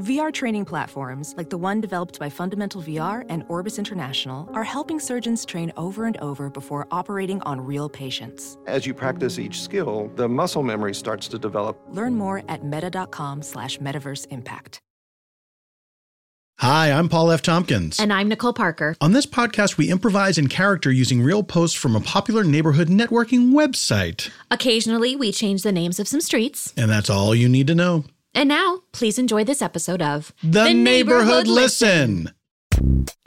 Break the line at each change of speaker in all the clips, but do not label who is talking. VR training platforms, like the one developed by Fundamental VR and Orbis International, are helping surgeons train over and over before operating on real patients.
As you practice each skill, the muscle memory starts to develop.
Learn more at meta.com slash metaverse impact.
Hi, I'm Paul F. Tompkins.
And I'm Nicole Parker.
On this podcast, we improvise in character using real posts from a popular neighborhood networking website.
Occasionally, we change the names of some streets.
And that's all you need to know.
And now, please enjoy this episode of
The, Neighborhood, Listen.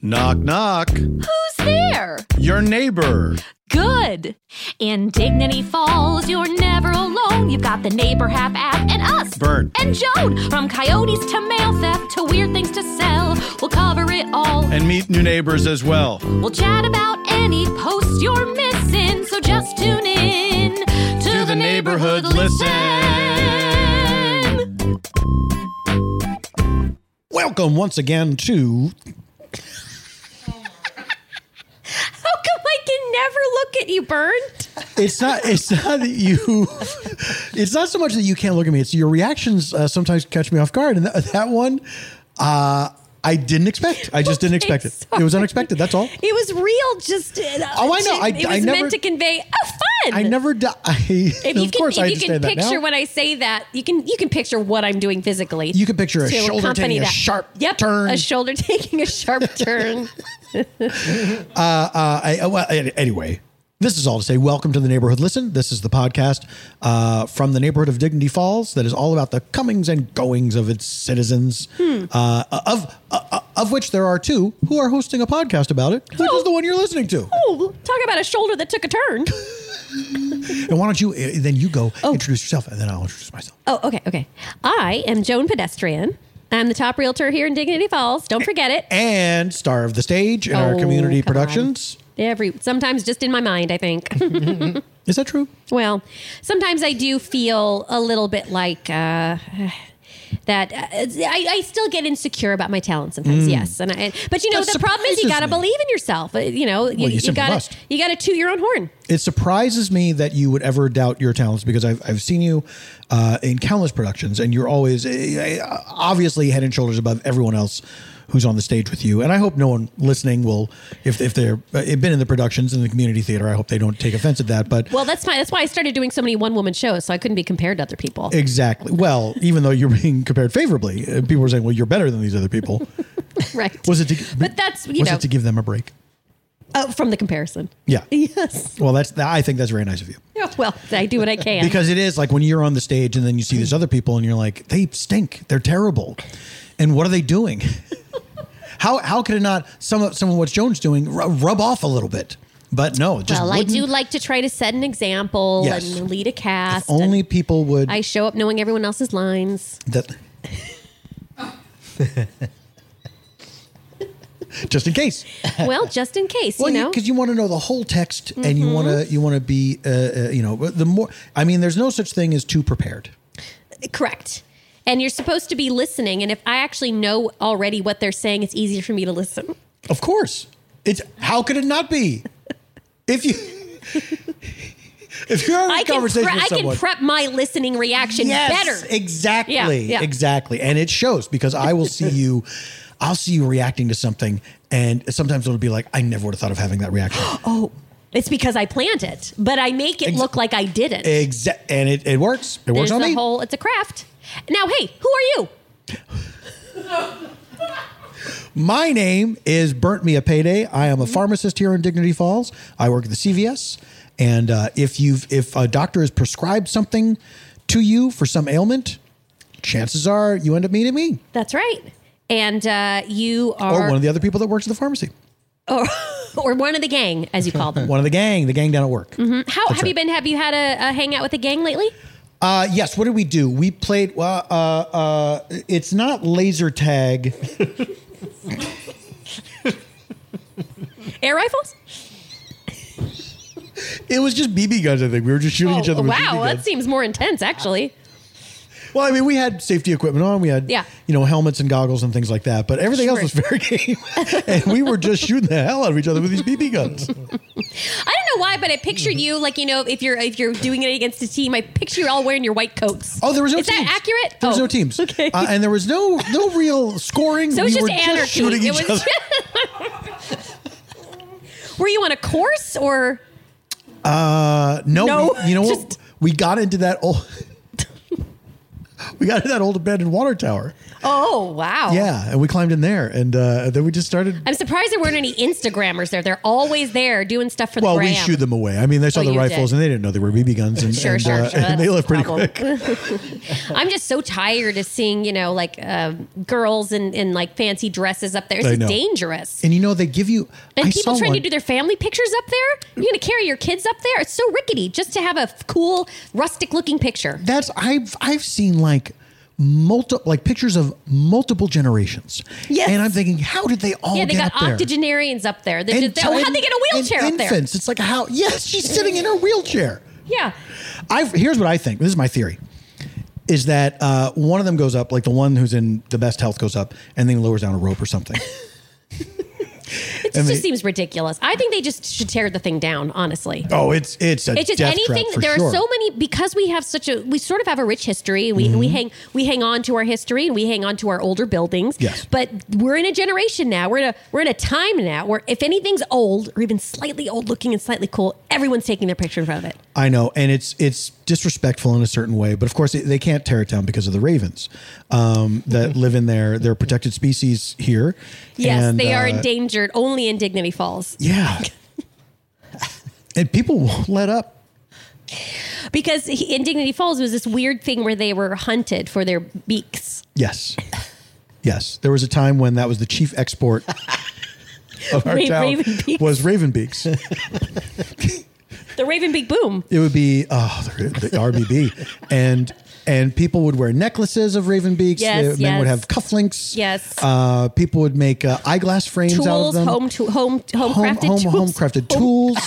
Knock, knock.
Who's there?
Your neighbor.
Good. In Dignity Falls, you're never alone. You've got the neighbor half app and us.
Burn.
And Joan. From coyotes to mail theft to weird things to sell. We'll cover it all.
And meet new neighbors as well.
We'll chat about any posts you're missing. So just tune in to,
the Neighborhood Listen. Welcome once again to
How come I can never look at you, Burnt?
It's not. It's not that you. It's not so much that you can't look at me. It's your reactions uh, sometimes catch me off guard, and that, that one, uh, I didn't expect. I just didn't expect it. It was unexpected. That's all.
It was real. Just
Oh, I know. I-
it was
I
meant
never-
to convey oh, fun.
I never. Di- I,
If you can,
of course, I
if you can
understand that
picture
now.
when I say that, you can you can picture what I'm doing physically.
You can picture a
to
shoulder
accompany
taking a
that.
sharp
yep,
turn.
A shoulder taking a sharp turn.
Uh, I, uh, well, an- anyway, this is all to say welcome to the neighborhood. Listen, this is the podcast uh, from the neighborhood of Dignity Falls that is all about the comings and goings of its citizens,
Hmm.
uh, of uh, of which there are two who are hosting a podcast about it, which is the one you're listening to.
Oh, talk about a shoulder that took a turn.
And why don't you uh, then you go introduce yourself, and then I'll introduce myself.
Oh, okay, okay. I am Joan Pedestrian. I'm the top realtor here in Dignity Falls. Don't forget it.
And star of the stage in our
Oh,
community
come on.
productions.
Every sometimes just in my mind, I think.
Is that true?
Well, sometimes I do feel a little bit like uh, that. Uh, I, I still get insecure about my talent sometimes. Yes, and I, but you know
That
the problem is you
Mm.
got
surprises
to
me.
believe in yourself. Uh, You know you,
you simply
got
must.
to you got to toot your own horn.
It surprises me that you would ever doubt your talents because I've, I've seen you uh, in countless productions and you're always eh, eh, obviously head and shoulders above everyone else who's on the stage with you. And I hope no one listening will, if, if they're uh, been in the productions in the community theater, I hope they don't take offense at that. But
Well, that's my that's why I started doing so many one woman shows, so I couldn't be compared to other people.
exactly. Well, even though you're being compared favorably, eh, people were saying, well, you're better than these other people.
right?
Was it to,
But that's, you
was
know-
it to give them a break?
oh, from the comparison?
Yeah.
Yes.
Well, that's I think that's very nice of you.
Yeah, Well, I do what I can.
because it is like when you're on the stage and then you see these other people and you're like they stink they're terrible and what are they doing how how could it not some of some of what joan's doing ru- rub off a little bit but no it just
well, I do
wouldn't.
like to try to set an example
Yes.
and lead a cast. and
only people would
I show up knowing everyone else's lines.
that just in case
well, just in case,
well
you know. Mm-hmm.
because you, want to know the whole text and you want to you want to be uh, uh, you know the more i mean there's no such thing as too prepared
Uh, Correct. And you're supposed to be listening. And if I actually know already what they're saying, it's easier for me to listen.
Of course. It's how could it not be? If you if you're having
I
a
can, pre-
conversation with
I
someone,
can prep my listening reaction
yes,
better.
exactly,
Yeah, yeah.
exactly, and it shows because I will see you, I'll see you reacting to something, and sometimes it'll be like I never would have thought of having that reaction.
It's because I planned it, but I make it look like I didn't.
Exa- and it, it works. It
There's
works on
the
me.
whole, it's a craft. Now, hey, who are you?
My name is Burnt Me a Payday. I
Mm-hmm.
am a pharmacist here in Dignity Falls. I work at the CVS. And uh, if you've if a doctor has prescribed something to you for some ailment, chances are you end up meeting me
That's right. And uh, you
or
are,
one of the other people that works at the pharmacy,
or one of the gang, as you call them.
one of the gang, the gang down at work.
How have
right.
you been? Have you had a, a hangout with the gang lately?
Uh, yes. What did we do? We played. Well, uh, uh, it's not laser tag.
Air rifles?
It was just BB guns. I think we were just shooting each other. with BB
Oh, wow,
guns.
that seems more intense, actually.
Well, I mean, we had safety equipment on. We had,
Yeah.
you know, helmets and goggles and things like that. But everything else was
Sure.
fair game. and we were just shooting the hell out of each other with these BB guns.
I don't know why, but I
Mm-hmm.
pictured you like you know if you're if you're doing it against a team, I picture you're all wearing your white coats.
Oh, there was no
Is
teams.
that accurate?
There was
Oh,
no teams.
Okay.
Uh, and there was no no real scoring.
so it
we
was just
were
anarchy.
just shooting
It
each
was-
other.
Were you on a course or
No,
No,
we- you know what?
just-
we got into that old. we got into that old abandoned water tower.
oh wow?
Yeah, and we climbed in there, and uh, then we just started.
I'm surprised there weren't any Instagrammers there. They're always there doing stuff for
well,
the gram.
we shooed them away. I mean, they saw
Oh,
the
you
rifles,
did.
and they didn't know they were BB guns, and,
Sure,
and,
sure,
uh,
sure.
and they
That's
left
the
pretty
problem.
quick.
I'm just so tired of seeing, you know, like uh, girls in, in like fancy dresses up there. It's
I
just
know.
dangerous.
And you know, they give you.
And
I
people
saw
trying
one,
to do their family pictures up there. You're going to carry your kids up there. It's so rickety just to have a f- cool, rustic looking picture.
That's I've I've seen like multiple like pictures of multiple generations.
Yes.
And I'm thinking, how did they all
yeah, they
get
got
up there?
octogenarians up there. They did
And
that. How'd they get a
and
wheelchair up there?
infants. It's like how yes, she's sitting in her wheelchair.
Yeah.
I've here's what I think. This is my theory. Is that uh, one of them goes up, like the one who's in the best health goes up, and then he lowers down a rope or something.
It
And
just
they-
seems ridiculous. I think they just should tear the thing down, honestly.
oh, it's it's a
It's just
death
anything.
trap for
There
sure.
are so many because we have such a we sort of have a rich history. We
Mm-hmm.
we hang we hang on to our history and we hang on to our older buildings.
Yes.
But we're in a generation now. We're in a we're in a time now where if anything's old or even slightly old looking and slightly cool, everyone's taking their picture in front of it.
I know, and it's it's disrespectful in a certain way, but of course they- they can't tear it down because of the ravens um, that live in their their protected species here.
Mm-hmm. Yes,
And,
they are
uh,
endangered only in Dignity Falls
Yeah, and people won't let up.
because he- in Dignity Falls was this weird thing where they were hunted for their beaks.
Yes, yes. There was a time when that was the chief export of our
Ra-
town
raven beaks.
was raven beaks.
The Raven Beak Boom.
It would be oh the, the RBB and and people would wear necklaces of raven beaks. Uh,
Yes,
men would
yes.
have cufflinks.
Yes.
uh, people would make uh, eyeglass frames out of
Tools,
them.
home to home home
home
crafted
home,
tools.
home crafted tools.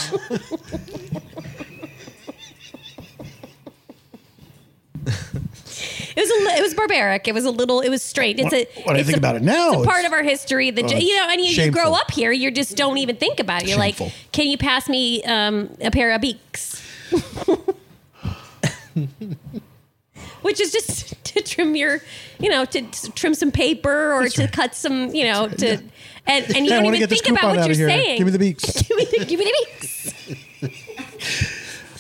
It was a, li- it was barbaric. It was a little. It was straight. It's a.
When I
it's
think
a-
about it now,
it's a part
it's-
of our history that
oh,
you know. And you, you grow
shameful.
up here, you just don't even think about it. You're
Shameful.
like, can you pass me um, a pair of beaks? Which is just to trim your, you know, to t- trim some paper or to cut some, you know, to and, and you
Yeah, I
don't
wanna
even
get this
think about
coupon
what
out
you're
of here.
saying.
Give me the beaks.
give, me the, give me the beaks.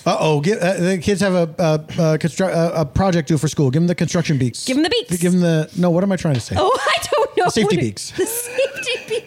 Uh oh, uh, the kids have a uh, uh, constru- uh, a project due for school. Give them the construction beaks.
Give 'em the beaks.
Give them the no. What am I trying to say?
Oh, I don't know.
Safety
what it-
beaks.
The safety beaks.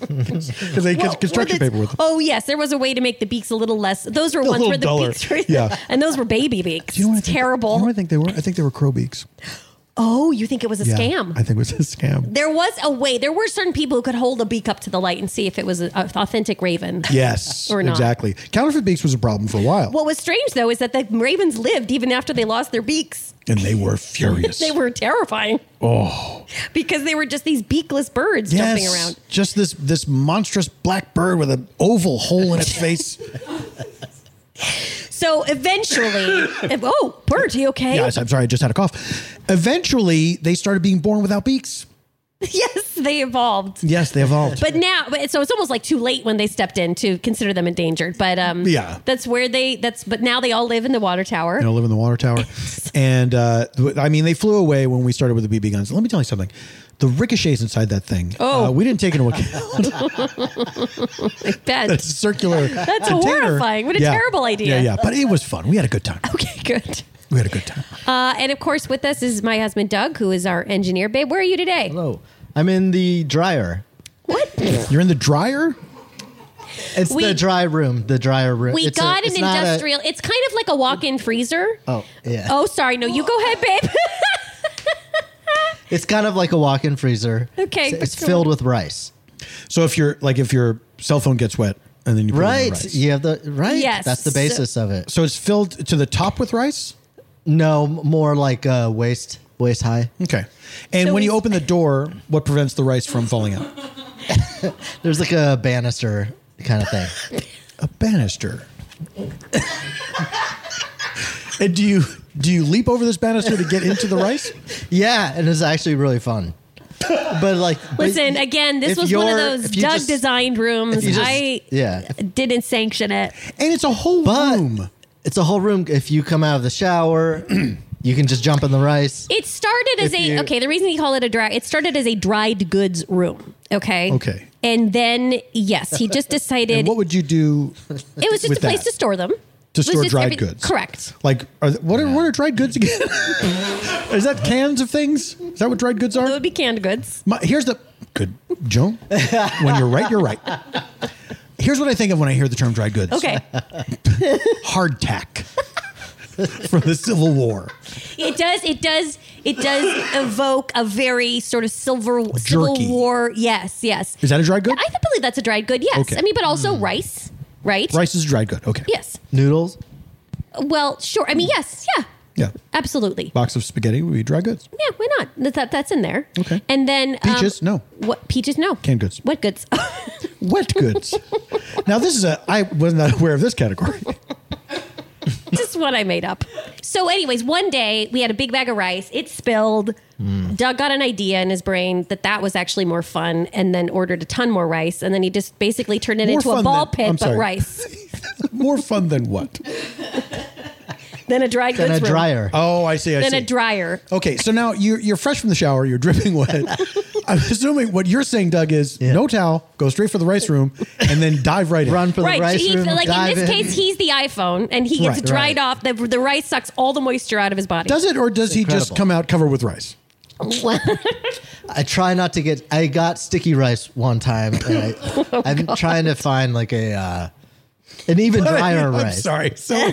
they get
Well, well,
construction
that's-
paper with them.
Oh yes, there was a way to make the beaks a little less. Those were ones
little
where the
duller.
beaks were,
Yeah.
and those were baby beaks.
Do you know what I think-
Terrible.
You know what I think they were? I think they were crow beaks.
oh, you think it was a
Yeah,
scam?
I think it was a scam.
there was a way. There were certain people who could hold a beak up to the light and see if it was an authentic raven.
Yes,
Or not.
exactly. Counterfeit beaks was a problem for a while,
What was strange though is that the ravens lived even after they lost their beaks.
and they were furious.
They were terrifying. Oh. Because they were just these beakless birds jumping
yes,
around.
just this this monstrous black bird with an oval hole in its face.
So eventually, if- oh, bird, you okay?
Yes, I'm sorry, I just had a cough. Eventually, they started being born without beaks.
yes, they evolved.
Yes, they evolved.
But now, but so it's almost like too late when they stepped in to consider them endangered. But um,
Yeah.
that's where they. That's but now they all live in the water tower.
you know, live in the water tower. and uh, th- I mean, they flew away when we started with the BB guns. Let me tell you something. The ricochets inside that thing.
Oh.
uh, we didn't take into account.
I bet.
It's a circular. That's
horrifying. What a terrible idea.
Yeah, yeah. But it was fun. We had a good time.
okay, good.
We had a good time.
Uh, and of course, with us is my husband Doug, who is our engineer. Babe, where are you today?
Hello. Oh, I'm in the dryer.
What?
You're in the dryer.
It's
We-
the dry room, the dryer room.
We
It's a-
got an
it's not a-
industrial. it's kind of like a walk-in freezer.
oh, yeah.
Oh, sorry. No, you go ahead, babe.
It's kind of like a walk in freezer.
Okay,
It's,
but
it's
go
filled
on.
with rice.
So if your like if your cell phone gets wet and then you put it in the
Right.
rice.
You have the right.
Yes.
That's the basis of it.
So it's filled to the top with rice.
No, m- more like uh, waist waist high.
Okay. And
So
when you
we-
open the door, what prevents the rice from falling out?
There's like a banister kind of thing.
A banister. and do you do you leap over this banister to get into the rice?
yeah, and it's actually really fun. But like, but
Listen, again, this
if
was one of
you're-
those
if you
Doug
just-
designed rooms.
if you just-
I
yeah.
didn't sanction it.
And it's a whole
But
room.
it's a whole room. If you come out of the shower, you can just jump in the rice.
It started as
If
a
you-
okay. The reason you call it a dry, it started as a dried goods room. Okay.
Okay.
And then yes, he just
And
decided
what would you do?
it was just
with
a place
that?
to store them. It
To
was
store
just
dried
every-
goods.
Correct.
Like, are, th- what are what are dried goods again? Is that cans of things? Is that what dried goods
It
are?
would be canned goods.
My, here's the good Joan. When you're right, you're right. Here's what I think of when I hear the term dried goods.
Okay.
Hardtack from the Civil War.
it does. It does. It does evoke a very sort of silver civil
Jerky.
war. Yes. Yes.
Is that a dried good?
I believe that's a dried good. Yes.
Okay. Hmm.
I mean, but also rice. Right.
Rice is a dried good. Okay.
Yes.
Noodles.
Well, sure. I mean, yes. Yeah.
Yeah.
Absolutely.
Box of spaghetti would be dry goods.
Yeah, why not? That, that- that's in there.
Okay.
And then um,
Peaches? No.
What peaches? No.
Canned goods.
What goods?
Wet goods. now this is a I was not aware of this category.
this is what I made up. So, anyways, one day we had a big bag of rice. It spilled.
Hmm.
Doug got an idea in his brain that that was actually more fun, and then ordered a ton more rice, and then he just basically turned it
More
into a
fun
ball
than-
pit,
I'm
but
sorry.
rice.
More fun than what?
then a dry goods.
Then a
room.
dryer.
Oh, I see. I
Then
see.
a dryer.
okay, so now you're you're fresh from the shower. You're dripping wet. I'm assuming what you're saying, Doug, is no towel. Go straight for the rice room and then dive right in.
Run for the
Right,
rice
he's
room.
like in
dive
this case, he's the iPhone, and he gets
Right.
dried
Right.
off. The, the rice sucks all the moisture out of his body.
Does it, or does he just
incredible.
come out covered with rice?
I try not to get. I got sticky rice one time. And I,
Oh,
I'm trying to find like a uh, an even drier
I'm
rice.
sorry. So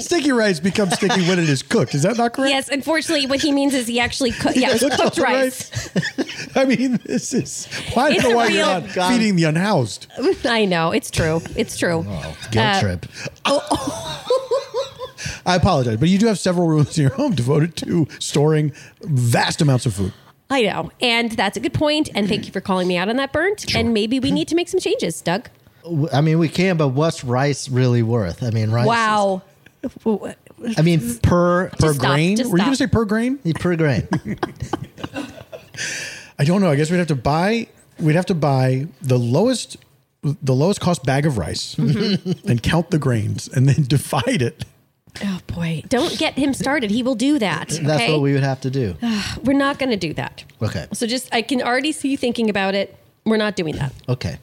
sticky rice becomes sticky when it is cooked. Is that not correct?
Yes, unfortunately, what he means is he actually cooked. Yeah, it was
Look at
cooked
the
rice.
rice. I mean, this is. Well, I
It's
don't
a
know why you're
real- Oh,
not feeding the unhoused.
I know it's true. It's true.
Oh, Guilt
Uh,
trip.
I apologize, but you do have several rooms in your home devoted to storing vast amounts of food.
I know, and that's a good point. And thank you for calling me out on that, Burnt. And maybe we need to make some changes, Doug.
W- I mean, we can, but what's rice really worth? I mean, rice. is-
Wow. Oh,
I mean, per per
Just stop.
grain?
just
Were you going to say
stop.
per grain?
per grain.
I don't know. I guess we'd have to buy. We'd have to buy the lowest, the lowest cost bag of rice,
Mm-hmm.
and count the grains, and then divide it.
Oh boy! Don't get him started. He will do that.
That's
okay?
what we would have to do.
We're not going to do that.
Okay.
So just, I can already see you thinking about it. We're not doing that.
Okay.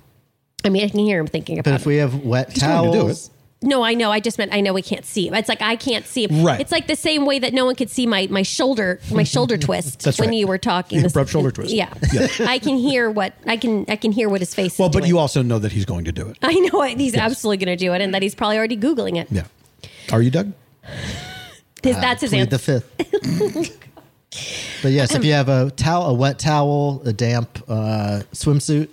I mean, I can hear him thinking
But
about
if we have wet
going to do
towels,
it. No, I know. I just meant I know we can't see him. It's like I can't see him.
Right.
It's like the same way that no one could see my my shoulder my shoulder twist
That's
when
right.
you were talking.
The
This-
abrupt shoulder twist.
Yeah.
Yeah.
I can hear what I can I can hear what his face
Well,
is.
but
doing.
you also know that he's going to do it.
I know it. He's absolutely going to do it, and that he's probably already googling it.
Yeah. Uh, Are you Doug?
His, that's his
plead
answer.
the fifth.
Oh,
but yes, if you have a towel, a wet towel, a damp uh, swimsuit,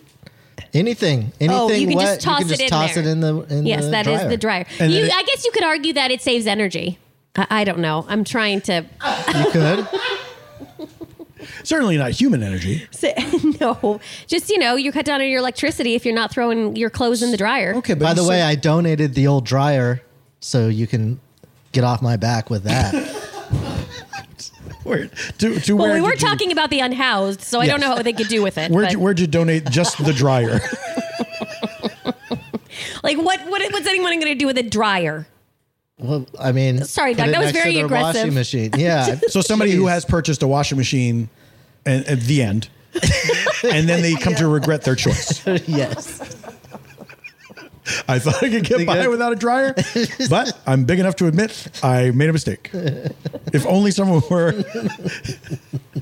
anything, anything
Oh, you can
wet,
just toss
you can just
it in
toss
there.
it in the in
yes,
the
that is
dryer.
the dryer.
And
You,
then it-
I guess you could argue that it saves energy. I, I don't know. I'm trying to.
You could.
Certainly not human energy.
say- no, just you know, you cut down on your electricity if you're not throwing your clothes in the dryer.
Okay. But
By the
you
way,
said-
I donated the old dryer, so you can get off my back with that.
Wait, to, to
Well,
where
we were
did you-
talking about the unhoused, so I don't know what they could do with it.
Where'd
but-
you, where'd you donate just the dryer?
like, what, what what's anyone going to do with a dryer?
well, I mean,
Sorry,
put
Doug,
it
that was
next to
very
their
aggressive.
Washing machine. Yeah.
so somebody who has purchased a washing machine and, at the end, and then they come to regret their choice.
yes.
I thought I could get
Think
by
that-
without a dryer, but I'm big enough to admit I made a mistake. If only someone were.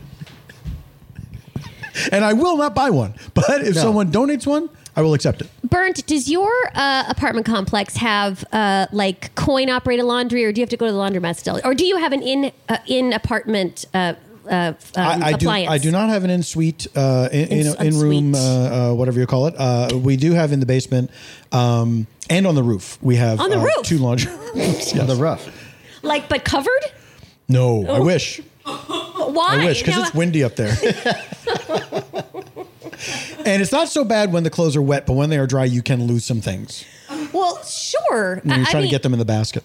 and I will not buy one, but if
No.
someone donates one, I will accept it.
Burnt, does your uh, apartment complex have uh, like coin operated laundry, or do you have to go to the laundromat still, or do you have an in uh, in apartment uh, uh, um,
I, I do.
appliance.
I do not have an in suite, uh, in, in,
Ins-
in
en-suite.
room, uh, uh, whatever you call it. Uh, we do have in the basement um, and on the roof. We have
On the
uh,
roof?
two laundry.
on the roof.
Like, but covered?
no,
Oh.
I wish.
Why?
I wish because
Now,
it's windy up there. and it's not so bad when the clothes are wet, but when they are dry, you can lose some things.
Well, sure.
When you're
I- I
trying
mean,
to get them in the basket.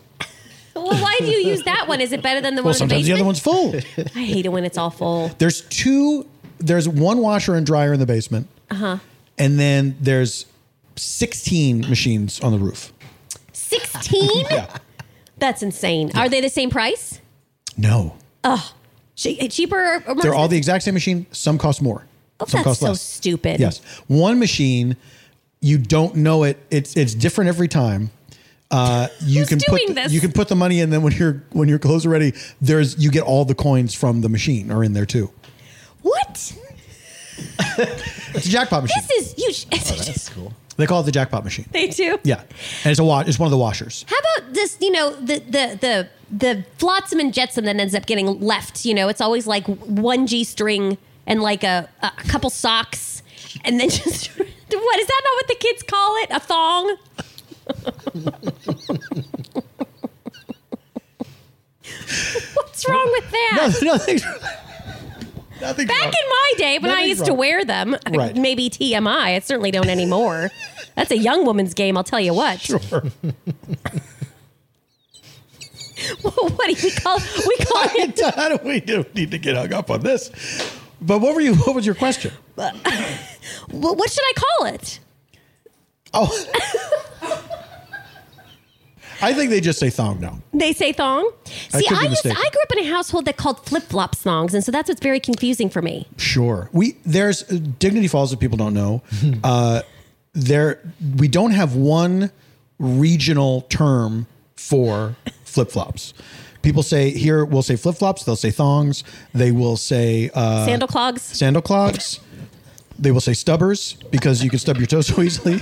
Well, why do you use that one? Is it better than the
Well,
one in the
sometimes the other
basement?
one's full.
I hate it when it's all full.
There's two. There's one washer and dryer in the basement. Uh
Uh-huh.
huh. And then there's 16 machines on the roof.
16?
Yeah.
That's insane. Are they the same price?
No.
Che- cheaper or or more?
They're all
expensive?
the exact same machine. Some cost more.
Oh,
some
that's
cost
so
less.
stupid.
Yes. One machine, you don't know it. It's it's different every time. Uh, you
Who's
can
doing
put the-
this?
you can put the money in. Then when your when your clothes are ready, there's you get all the coins from the machine are in there too.
What?
It's a jackpot machine.
This is huge.
That's cool.
they call it the jackpot machine.
they do.
Oh, Yeah, and it's a wa- It's one of the washers.
How about this? You know, the the the the flotsam and jetsam that ends up getting left. You know, it's always like one g string and like a a couple socks, and then just what is that not what the kids call it? A thong. What's wrong with that?
nothing. nothing.
Ah. Back in my day, when I
Nothing's
used to
wrong.
wear them,
Right.
maybe TMI. I certainly don't anymore. That's a young woman's game. I'll tell you what.
Sure.
what do we call? We call it
How do we do need to get hung up on this? But what were you? What was your question?
Well, what should I call it?
Oh, I think they just say thong now.
They say thong.
I
See,
could be
I, used, I
mistaken.
grew up in a household that called flip flop thongs, and so that's what's very confusing for me.
Sure. We there's Dignity Falls if people don't know. uh, there we don't have one regional term for flip flops. People say here we'll say flip flops. They'll say thongs. They will say uh,
Sandal clogs.
sandal clogs. They will say stubbers because you can stub your toe so easily.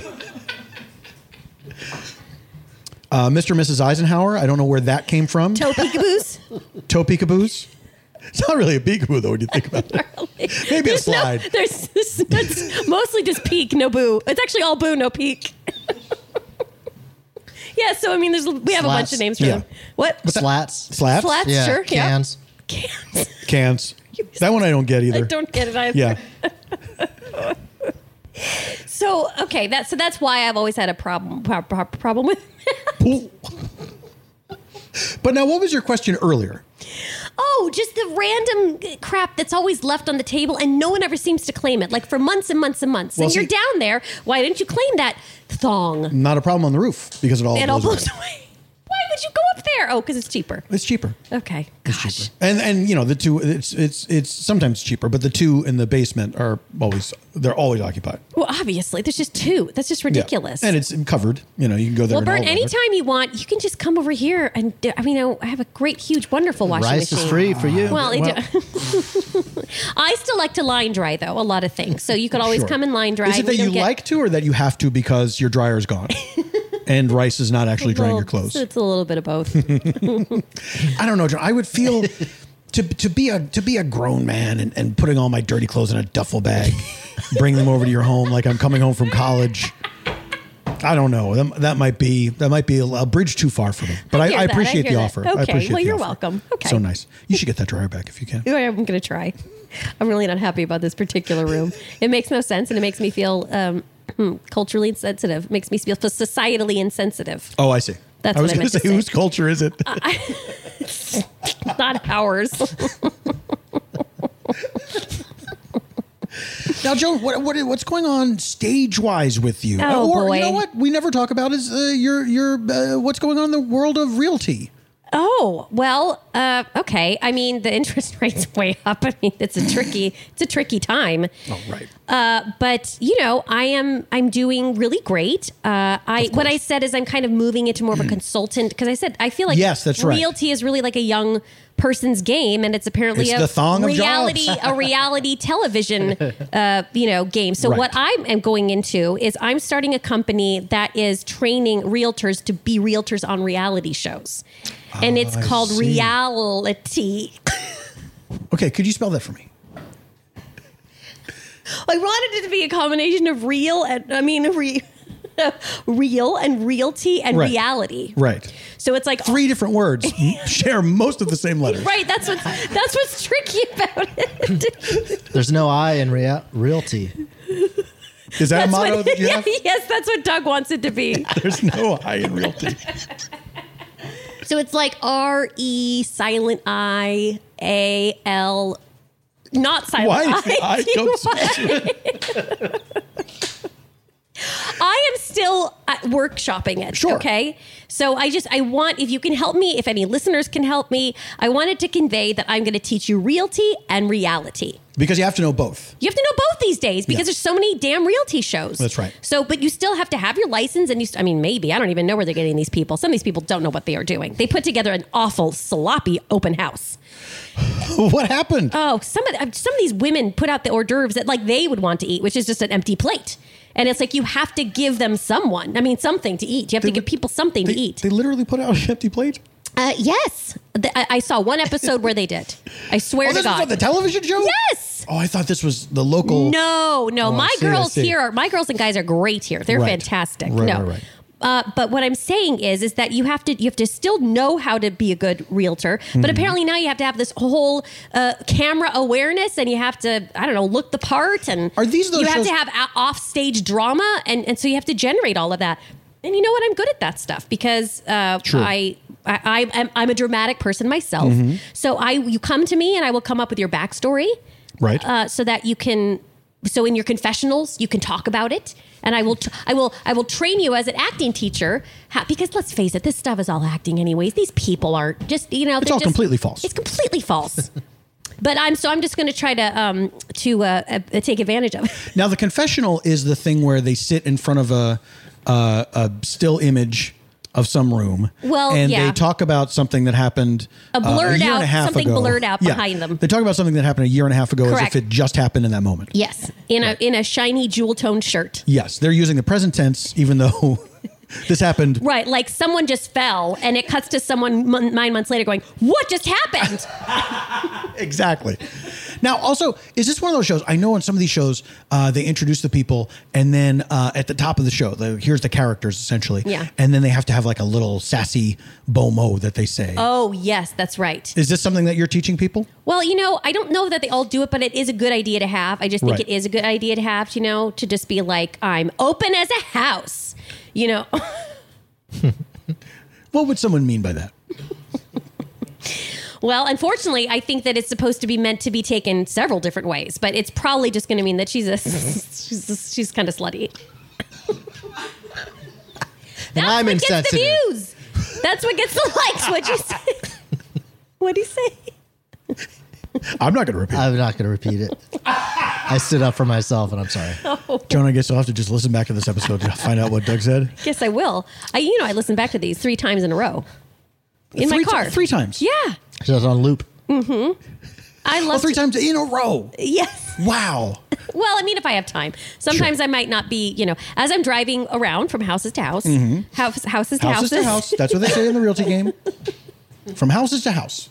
Uh, Mr. and Mrs. Eisenhower. I don't know where that came from.
Toe peekaboos.
Toe peekaboos. It's not really a peekaboo though when you think about it. Maybe a
There's no-
slide.
there's it's mostly just peek, no boo. It's actually all boo, no peek. yeah, so I mean, there's we have a bunch
Slats.
of names for
Yeah.
them. What?
Slats.
Slats?
Flats,
Yeah.
sure. yeah.
Cans.
Cans.
Cans. That one I don't get either.
I don't get it either.
Yeah.
So okay, that so that's why I've always had a problem pro- pro- problem with
Pool. but now, what was your question earlier?
Oh, just the random uh, crap that's always left on the table and no one ever seems to claim it. Like for months and months and months.
Well,
and you're
see-
down there. Why didn't you claim that thong?
Not a problem on the roof because it all
It all
blows away.
blows away. Why would you go up there? Oh, because it's cheaper.
It's cheaper.
Okay. Gosh.
And and you know the two. It's it's it's sometimes cheaper, but the two in the basement are always they're always occupied.
Well, obviously, there's just two. That's just
Yeah.
ridiculous.
And it's covered. You know, you can go there.
well,
and
Bert,
all over.
anytime you want, you can just come over here and do, I mean, I have a great, huge, wonderful washing
Rice
machine.
is free for you.
Well, they
Well-
do. I still like to line dry though a lot of things, so you could always
Sure.
come and line dry.
Is it
We
that
don't
you
get-
like to, or that you have to because your dryer's gone, and rice is not actually drying your
Well,
clothes?
It's a little bit of both.
I don't know, John. I would feel to to be a to be a grown man and, and putting all my dirty clothes in a duffel bag, bring them over to your home like I'm coming home from college. I don't know. That, that might be that might be a, a bridge too far for me. But I,
hear
I,
that. I
appreciate
hear
the
that.
offer.
Okay.
I appreciate
Well,
the
you're
offer.
welcome. Okay.
So nice. You should get that dryer back if you can.
I'm going to try. I'm really not happy about this particular room. It makes no sense, and it makes me feel um, hmm, culturally insensitive. It makes me feel societally insensitive.
Oh, I see.
That's
I was
what I
gonna
meant to
say, Uh,
say.
whose culture is it?
Not ours.
now, Joe, what, what what's going on stage wise with you?
Oh,
or you
boy.
know what we never talk about is uh, your your uh, what's going on in the world of realty.
oh well. Uh, okay. I mean, the interest rates way up. I mean, it's a tricky. It's a tricky time.
Oh, right.
Uh, but you know, I am I'm doing really great. Uh, I what I said is I'm kind of moving into more of a consultant because I said I feel like
Mm. Yes, that's right.
Realty is really like a young person's game, and it's apparently
It's
a
the thong of
reality
jobs.
a reality television uh, you know game. So
Right.
what I am going into is I'm starting a company that is training realtors to be realtors on reality shows, and it's
Oh, I
called
see.
Reality.
Okay, could you spell that for me?
I wanted it to be a combination of real and I mean re, real and realty and
Right.
reality.
Right.
So it's like
Three different words share most of the same letters.
Right, that's what's that's what's tricky about it.
There's no I in rea- realty.
Is that a
That's
motto
what-
that you
yeah,
have?
yes, that's what Doug wants it to be.
There's no I in realty.
So it's like R E silent I A L, not silent
Why
I.
is the I come so
I am still at workshopping it.
Sure.
Okay. So I just I want if you can help me, if any listeners can help me, I wanted to convey that I'm going to teach you realty and reality.
Because you have to know both.
You have to know both these days because
Yeah.
there's so many damn realty shows.
That's right.
So, but you still have to have your license, and you. St- I mean, maybe I don't even know where they're getting these people. Some of these people don't know what they are doing. They put together an awful, sloppy open house.
What happened?
Oh, some of the, some of these women put out the hors d'oeuvres that like they would want to eat, which is just an empty plate. And it's like you have to give them someone. I mean, something to eat. You have to give people something
they,
to eat.
They literally put out an empty plate.
uh, yes, The- I, I saw one episode where they did. I swear
Oh,
to
this was
God.
on the television show?
yes.
Oh, I thought this was the local.
No, no.
Oh, I
my
see, I
girls
see.
here are my girls and guys are great here. They're
Right.
fantastic.
Right,
no.
right, right.
Uh, but what I'm saying is, is that you have to you have to still know how to be a good realtor.
Mm-hmm.
But apparently now you have to have this whole uh, camera awareness, and you have to I don't know look the part. And
Are these those
you have
shows-
to have a- offstage drama, and and so you have to generate all of that. And you know what? I'm good at that stuff because uh,
True. Mm-hmm.
I, I I am I'm a dramatic person myself. So I you come to me, and I will come up with your backstory
Right.
uh, so that you can so in your confessionals you can talk about it and i will t- i will i will train you as an acting teacher how, because let's face it this stuff is all acting anyways these people are just you know it's
all completely false.
it's completely false but i'm so i'm just going to try to um to uh, uh take advantage of it
Now the confessional is the thing where they sit in front of a uh, a still image of some room.
Well,
and
yeah.
they talk about something that happened
A
uh,
blurred
year and
out-
a half
something
ago.
blurred out
Yeah.
behind them.
They talk about something that happened a year and a half ago
Correct.
as if it just happened in that moment.
yes in a in a shiny jewel toned shirt
Yes, they're using the present tense, even though this happened.
Right, like someone just fell, and it cuts to someone mon- nine months later going, "What just happened?"
Exactly. Now, also, is this one of those shows? I know on some of these shows, uh, they introduce the people, and then uh, at the top of the show, the, here's the characters essentially.
Yeah.
And then they have to have like a little sassy bomo that they say.
oh, yes, that's right.
Is this something that you're teaching people?
Well, you know, I don't know that they all do it, but it is a good idea to have. I just think
Right.
it is a good idea to have, you know, to just be like, I'm open as a house, you know.
What would someone mean by that?
well, unfortunately, I think that it's supposed to be meant to be taken several different ways, but it's probably just going to mean that she's a, she's, a- she's kind of slutty.
And I'm
what gets the
insensitive.
views. That's what gets the likes. What you say? What do you say?
I'm not going to
Uh,
repeat. it.
I'm not going to repeat it. I stood up for myself, and I'm sorry.
Joan, I guess I'll have to just listen back to this episode to find out what Doug said.
Yes, I will. I, you know, I listened back to these three times in a row in
three
my
ti-
car.
three times.
Yeah,
She was on loop.
I
Oh,
love
three times in a row.
Yes.
Wow.
Well, I mean, if I have time, sometimes I might not be. You know, as I'm driving around from houses to house, house, houses to
Mm-hmm.
houses,
Houses to house. That's what they say in the realty game. From houses to house.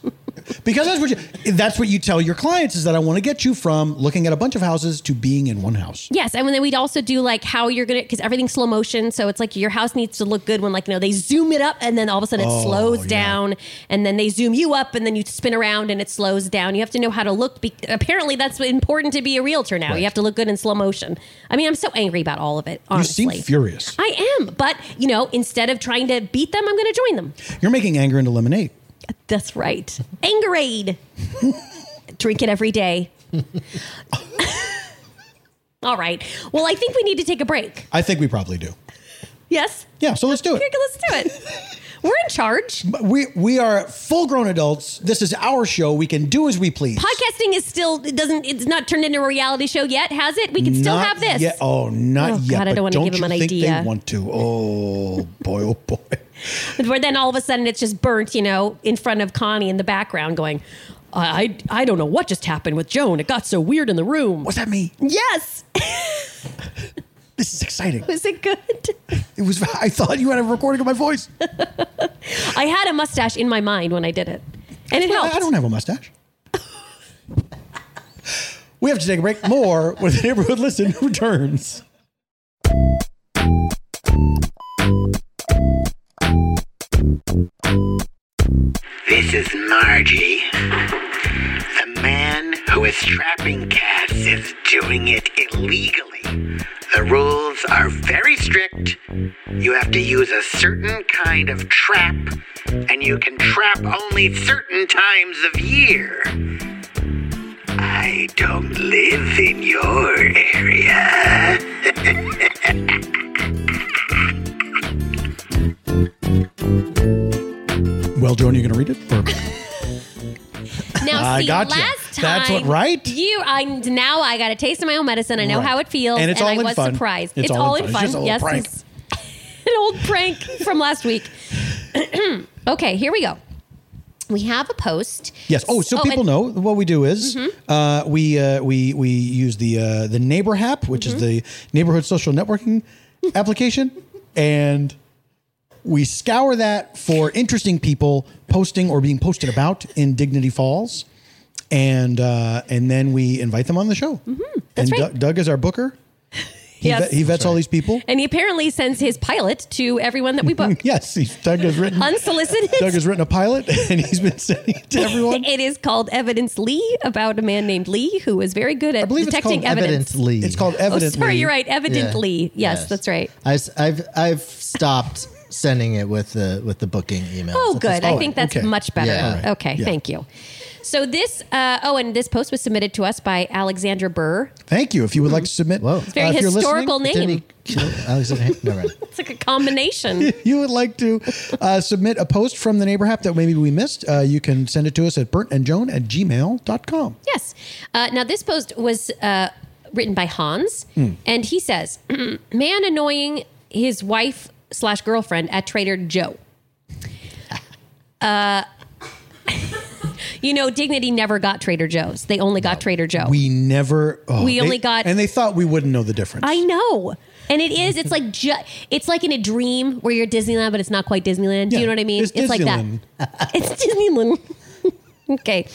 Because that's what you that's what you tell your clients is that I want to get you from looking at a bunch of houses to being in one house.
Yes, and then we'd also do like how you're gonna because everything's slow motion, so it's like your house needs to look good when like you know they zoom it up and then all of a sudden it
Oh,
slows
yeah.
down, and then they zoom you up and then you spin around and it slows down. You have to know how to look. Be- apparently, that's important to be a realtor now. You have to look good in slow motion. I mean, I'm so angry about all of it. Honestly,
You seem furious.
I am, but you know, instead of trying to beat them, I'm going to join them.
You're making anger into lemonade.
That's right. Angerade. Drink it every day. All right. Well, I think we need to take a break.
I think we probably do.
Yes?
Yeah, so let's do it.
Okay, let's do it. We're in charge.
But We we are full grown adults. This is our show. We can do as we please.
Podcasting is still it doesn't it's not turned into a reality show yet, has it? We can still
Not
have this.
Yet. Oh, not
Oh,
yet.
God, I don't
but
wanna
don't
give
you
them an
think
idea.
They want to. Oh boy, oh boy.
Where then all of a sudden it's just burnt, you know, in front of Connie in the background going, I I, I don't know what just happened with Joan. It got so weird in the room.
What's that mean?
Yes.
This is exciting.
Is it good?
It was. I thought you had a recording of my voice.
I had a mustache in my mind when I did it. And it
I
helped.
I don't have a mustache. We have to take a break. More when the neighborhood listen returns.
This is Margie. The man who is trapping cats is doing it illegally. The rules are very strict. You have to use a certain kind of trap, and you can trap only certain times of year. I don't live in your area.
Well, Joan, you going to read it? Or-
Now,
I
see,
gotcha.
last time
That's what- right?
You, I now I got a taste of my own medicine. I know
Right.
how it feels,
And it's all
I
in
was
fun.
surprised. It's,
It's all
all,
in
in
fun.
fun.
It's just a little
yes,
prank.
it's an old prank from last week. okay, here we go. We have a post.
Yes. Oh, so
Oh,
people
and- Mm-hmm.
know what we do is uh, we uh, we we use the uh, the neighbor app, which
Mm-hmm.
is the neighborhood social networking application, and we scour that for interesting people posting or being posted about in Dignity Falls, and uh, and then we invite them on the show. and
Mm-hmm. right.
Doug, Doug is our booker. He,
Yes.
vet- he vets all these people.
And he apparently sends his pilot to everyone that we book.
Yes, he, Doug has written.
Unsolicited.
Doug has written a pilot, and he's been sending it to everyone.
It is called Evidence Lee about a man named Lee who is very good at
believe it's
detecting
called
evidence.
Evidently.
It's called
Oh,
evidently.
sorry, you're right. Evidently.
Yeah.
Yes, that's right.
I, have I've stopped sending it with the with the booking email.
Oh, good. I think that's
okay.
much better.
Yeah. All right.
Okay, thank you. So this, uh, oh, and this post was submitted to us by Alexandra Burr.
Thank you. If you would like to submit,
Whoa. Uh,
it's
very historical name.
Didn't he kill Alexander? Never mind.
It's like a combination.
you would like to uh, submit a post from the neighbor app that maybe we missed, uh, you can send it to us at burntandjoan at gmail.com.
yes. Uh, now this post was uh, written by Hans,
Hmm.
and he says, "Man annoying his wife slash girlfriend at Trader Joe." Uh, you know, Dignity never got Trader Joe's. They only got Trader Joe.
We never. oh,
We
they-
only got-
And they thought we wouldn't know the difference.
I know. And it is. It's like ju- it's like in a dream where you're at Disneyland, but it's not quite Disneyland. Do
Yeah,
you know what I mean?
it's
like
Disneyland.
that. it's Disneyland. okay,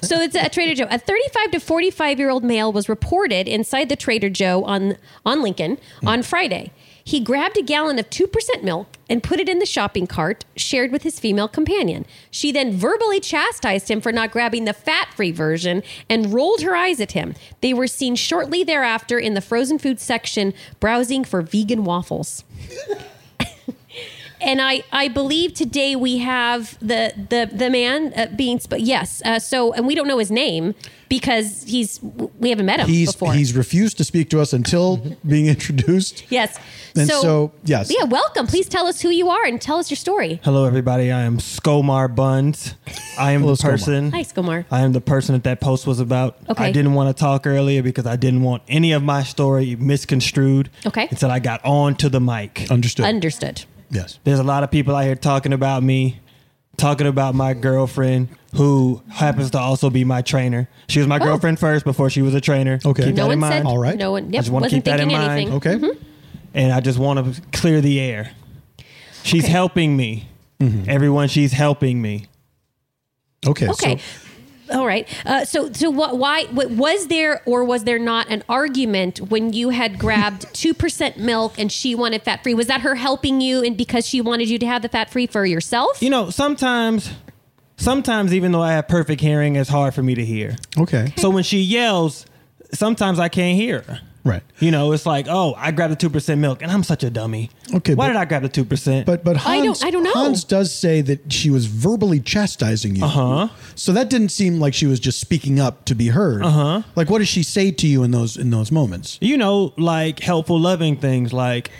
so it's at Trader Joe. A 35 to 45 year old male was reported inside the Trader Joe on on Lincoln on Friday. He grabbed a gallon of two percent milk and put it in the shopping cart shared with his female companion. She then verbally chastised him for not grabbing the fat-free version and rolled her eyes at him. They were seen shortly thereafter in the frozen food section browsing for vegan waffles and I, I believe today we have the the the man uh, being sp- yes uh, so and we don't know his name because he's w- we haven't met him
He's,
before Mm-hmm.
he's refused to speak to us until being introduced.
yes
And so, yes.
yeah welcome please tell us who you are and tell us your story
Hello, everybody. I am Skomar Buns. I am the
Skomar.
person.
hi Skomar
I am the person that that post was about.
Okay.
I didn't want to talk earlier because I didn't want any of my story misconstrued.
Okay.
Until I got on to the mic.
Understood.
understood
yes.
There's a lot of people out here talking about me, talking about my girlfriend, who happens to also be my trainer. She was my girlfriend first before she was a trainer.
Okay.
Keep
Oh.
No
that
no
in
one
mind.
said
All right.
no one
I
yep,
just wanna
wasn't
keep that in
thinking
mind.
anything
Okay.
Mm-hmm.
and I just want to clear the air. She's helping me. Everyone, she's helping me.
Okay.
okay
So,
all right uh, so so what why what, was there or was there not an argument when you had grabbed 2% milk and she wanted fat free was that her helping you and because she wanted you to have the fat free for yourself
You know, sometimes, sometimes even though I have perfect hearing, it's hard for me to hear.
okay.
So when she yells, sometimes I can't hear her.
Right.
You know, it's like, oh, I grabbed the two percent milk, and I'm such a dummy.
Okay,
why
but-
did I grab the two percent?
But but Hans,
I don't- I don't know.
Hans does say that she was verbally chastising you. Uh
Uh-huh.
huh. So that didn't seem like she was just speaking up to be heard. Uh
Uh-huh.
huh. Like what does she say to you in those in those moments?
you know, like helpful, loving things like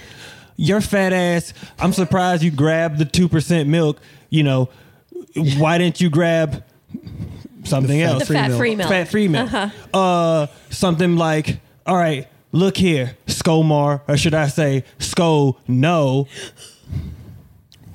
your fat ass. I'm surprised you grabbed the two percent milk. You know, why didn't you grab something else?
The fat-free milk.
Fat free milk. uh something like, all right, look here, Skomar, or should I say, Sko? No.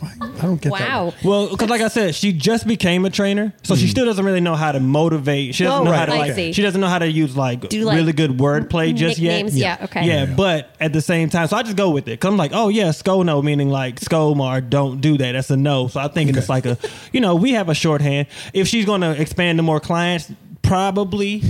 I don't get that.
wow
Well, because like I said, she just became a trainer, so she still doesn't really know how to motivate. She doesn't
Mm. Oh,
know
right,
how to
I
like.
see.
She doesn't know how to use like,
Do, like,
really good wordplay just yet.
nicknames? Yeah, okay.
Yeah, but at the same time, so I just go with it. Cause I'm like, oh yeah, sco no, meaning like skomar, don't do that. That's a no. So I think it's like a, you know, we have a shorthand. If she's gonna expand to more clients, probably,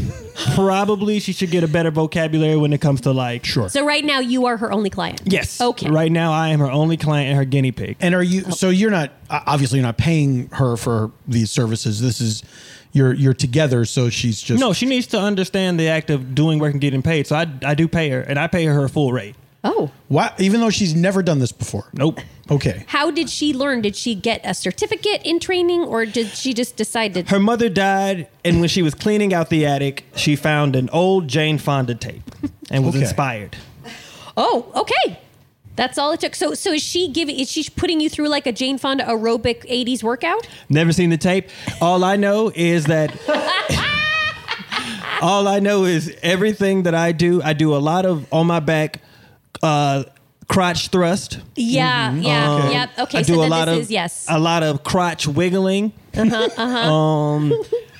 probably she should get a better vocabulary when it comes to like. Sure.
So right now you are her only client.
Yes.
Okay.
Right now, I am her only client and her guinea pig.
And are you?
Oh.
So you're not uh, obviously you're not paying her for these services. This is you're you're together. So she's just
No, she needs to understand the act of doing work and getting paid. So I, I do pay her, and I pay her her full rate.
Oh.
Why, even though she's never done this before.
Nope.
Okay.
How did she learn? Did she get a certificate in training or did she just decide to?
Her mother died, and when she was cleaning out the attic, she found an old Jane Fonda tape and was
Okay.
inspired.
oh, okay. That's all it took. So, so is she giving? Is she putting you through like a Jane Fonda aerobic '80s workout?
Never seen the tape. All I know is that. all I know is everything that I do, I do a lot of on my back uh, crotch thrust.
Yeah, yeah,
Um,
yep. Uh, Okay,
I do
so
a
then
lot
this
of uh,
is yes. Uh-huh,
a lot of crotch wiggling. Um,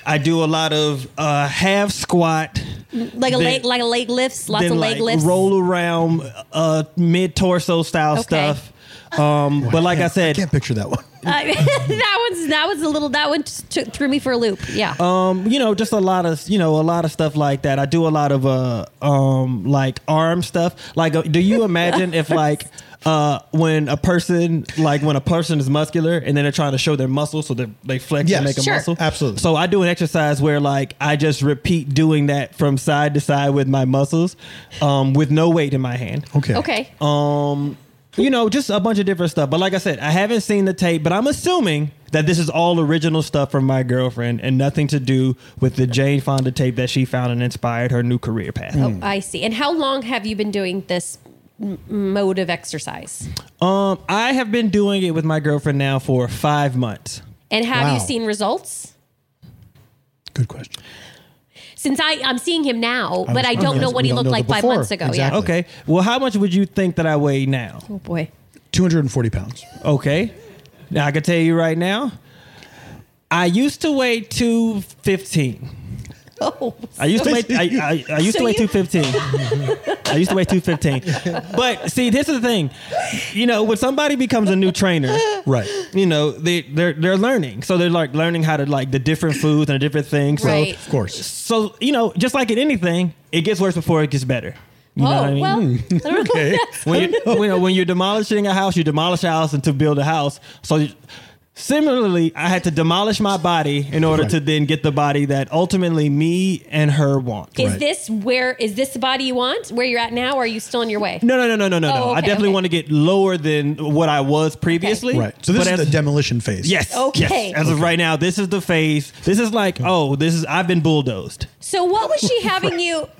I do a lot of uh, half squat.
like a
then-
leg, like a leg lifts, lots
then,
of leg
like,
lifts.
Roll around uh, mid torso style
Okay.
stuff. Um, but like I said,
can't picture that one.
Uh, that one's that was a little that one just took, threw me for a loop. Yeah.
um, you know, just a lot of you know a lot of stuff like that. I do a lot of uh, um, like arm stuff. Like, uh, do you imagine if like. Uh, when a person like when a person is muscular and then they're trying to show their muscle, so they they flex
Yes,
and make a
sure.
muscle.
Absolutely.
So I do an exercise where like I just repeat doing that from side to side with my muscles, um, with no weight in my hand.
Okay.
okay. Oh,
Um, you know, just a bunch of different stuff. But like I said, I haven't seen the tape, but I'm assuming that this is all original stuff from my girlfriend and nothing to do with the Jane Fonda tape that she found and inspired her new career path.
I see. And how long have you been doing this m- mode of exercise?
Um, I have been doing it with my girlfriend now for five months.
And have you
Wow.
seen results?
Good question.
Since I I'm seeing him now, but I don't
wondering,
know what he
we don't
looked
know
like
the
five
before.
months ago.
Exactly.
Okay. Well, how much would you think that I weigh now?
Yeah. Oh boy.
Two hundred and forty pounds.
Okay. Now I can tell you right now. I used to weigh two fifteen.
Oh.
I used to weigh I, I, I used
So
to weigh
you-
two fifteen. I used to weigh two fifteen. But see, this is the thing. You know, when somebody becomes a new trainer,
Right.
you know, they they're they're learning. So they're like learning how to like the different foods and the different things. So
Right.
Of course.
so you know, just like in anything, it gets worse before it gets better. You know
oh
what I mean?
well.
Okay.
when you, you know, when you're demolishing a house, you demolish a house and to build a house. So you- similarly, I had to demolish my body in order to then get the body that ultimately me and her want.
Is
Right.
this where is this the body you want? Where you're at now? Or are you still on your way?
No, no, no, no, no, no,
Oh,
no. I
okay,
definitely
okay.
want to get lower than what I was previously.
Right. So this
But
is
as-
the demolition phase.
Yes.
Okay.
Yes. As of right now, this is the phase. This is like, oh, this is I've been bulldozed.
So what was she having you?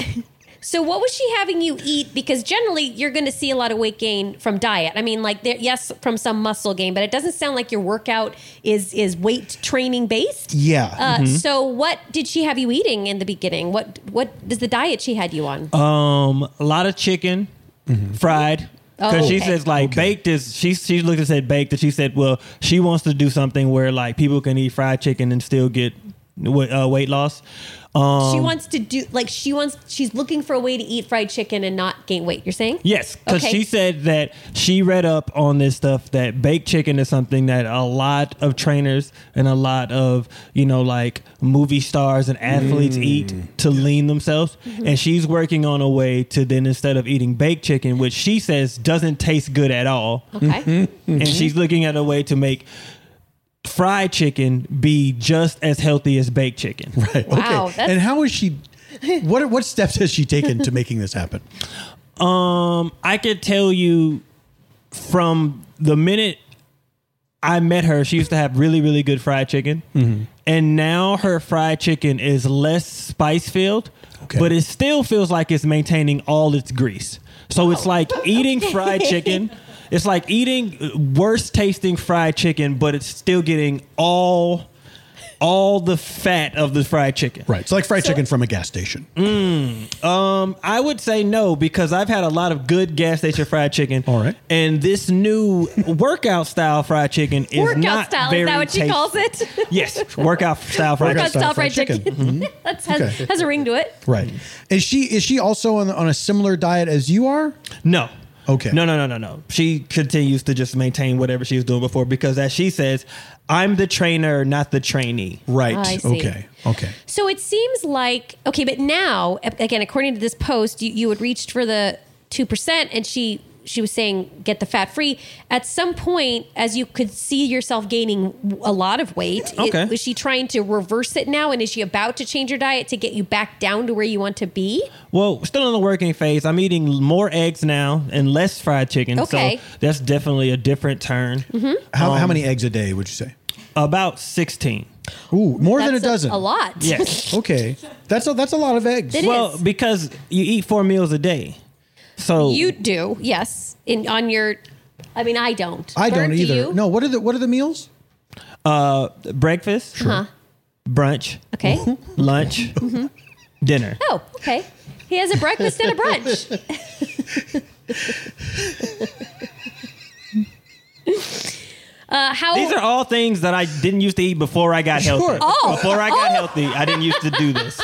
So what was she having you eat? Because generally you're going to see a lot of weight gain from diet. I mean, like there, yes, from some muscle gain, but it doesn't sound like your workout is is weight training based.
Yeah.
Uh, So what did she have you eating in the beginning? What what is the diet she had you on?
Um, a lot of chicken,
Mm-hmm.
fried. Because
Oh,
she
okay.
says like baked is she she looked and said baked and she said well she wants to do something where like people can eat fried chicken and still get wa- uh, weight loss. Um,
she wants to do like she wants she's looking for a way to eat fried chicken and not gain weight. You're saying?
Yes, because
Okay.
she said that she read up on this stuff that baked chicken is something that a lot of trainers and a lot of you know like movie stars and athletes eat to lean themselves,
Mm-hmm.
and she's working on a way to then instead of eating baked chicken, which she says doesn't taste good at all,
Okay.
and she's looking at a way to make fried chicken be just as healthy as baked chicken.
Right.
Wow,
Okay.
that's-
And how is she? What what steps has she taken to making this happen?
Um, I could tell you from the minute I met her, she used to have really, really good fried chicken, and now her fried chicken is less spice filled,
Okay.
but it still feels like it's maintaining all its grease. So it's like eating fried chicken. It's like eating worse tasting fried chicken, but it's still getting all all the fat of the fried chicken.
Right. It's like fried chicken from a gas station.
I would say no because I've had a lot of good gas station fried chicken.
All right.
And this new workout style fried chicken is
Workout
not
style
very
is that what she
tasty.
calls it?
Yes, workout style fried
Workout
chicken.
style fried chicken. That's has,
Okay.
has a ring to it.
Right. Is she is she also on, on a similar diet as you are?
No.
Okay.
No, no, no, no, no. She continues to just maintain whatever she's doing before because, as she says, I'm the trainer, not the trainee.
Right.
I see.
okay. Okay.
So it seems like okay, but now a- again, according to this post, you, you had reached for the two percent, and she she was saying get the fat free. At some point, as you could see yourself gaining a lot of weight, it-
Okay.
was she trying to reverse it now, and is she about to change her diet to get you back down to where you want to be?
Well, still in the working phase. I'm eating more eggs now and less fried chicken.
Okay. Mm-hmm.
So that's definitely a different turn.
How, how many eggs a day would you say?
About 16.
Ooh, more than a
That's
dozen.
a lot.
Yes.
Okay, that's a that's a lot of eggs.
It
well,
is.
because you eat four meals a day. So
you do, yes. In on your, I mean, I don't.
I
Vern,
don't
do
either.
you?
No, what are the what are the meals?
breakfast,
Huh.
brunch,
Okay.
Mm-hmm.
lunch,
Mm-hmm.
dinner.
Oh, okay. He has a breakfast and a brunch. uh, how?
These are all things that I didn't used to eat before I got healthy.
Oh.
Before I got healthy, I didn't used to do this.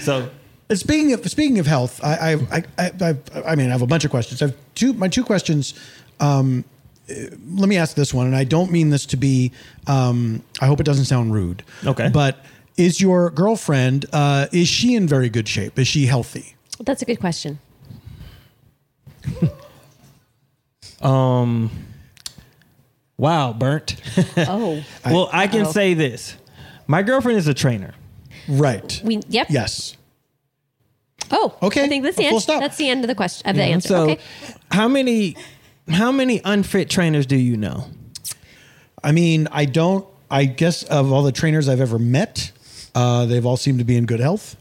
So
And Speaking of speaking of health, I I I, I, I, I mean I have a bunch of questions. I have two my two questions. Um, uh, let me ask this one, and I don't mean this to be. Um, I hope it doesn't sound rude.
Okay.
but is your girlfriend uh, is she in very good shape? Is she healthy?
That's a good question.
um, wow, burnt.
Oh,
well, I can
Oh.
say this. My girlfriend is a trainer.
Right.
we. Yep.
yes.
Oh,
Okay.
I think that's the
Full
end.
stop.
That's the end of the question. Of the
And
answer.
Mm-hmm. so
okay.
how many how many unfit trainers do you know?
I mean, I don't. I guess of all the trainers I've ever met, uh, they've all seemed to be in good health.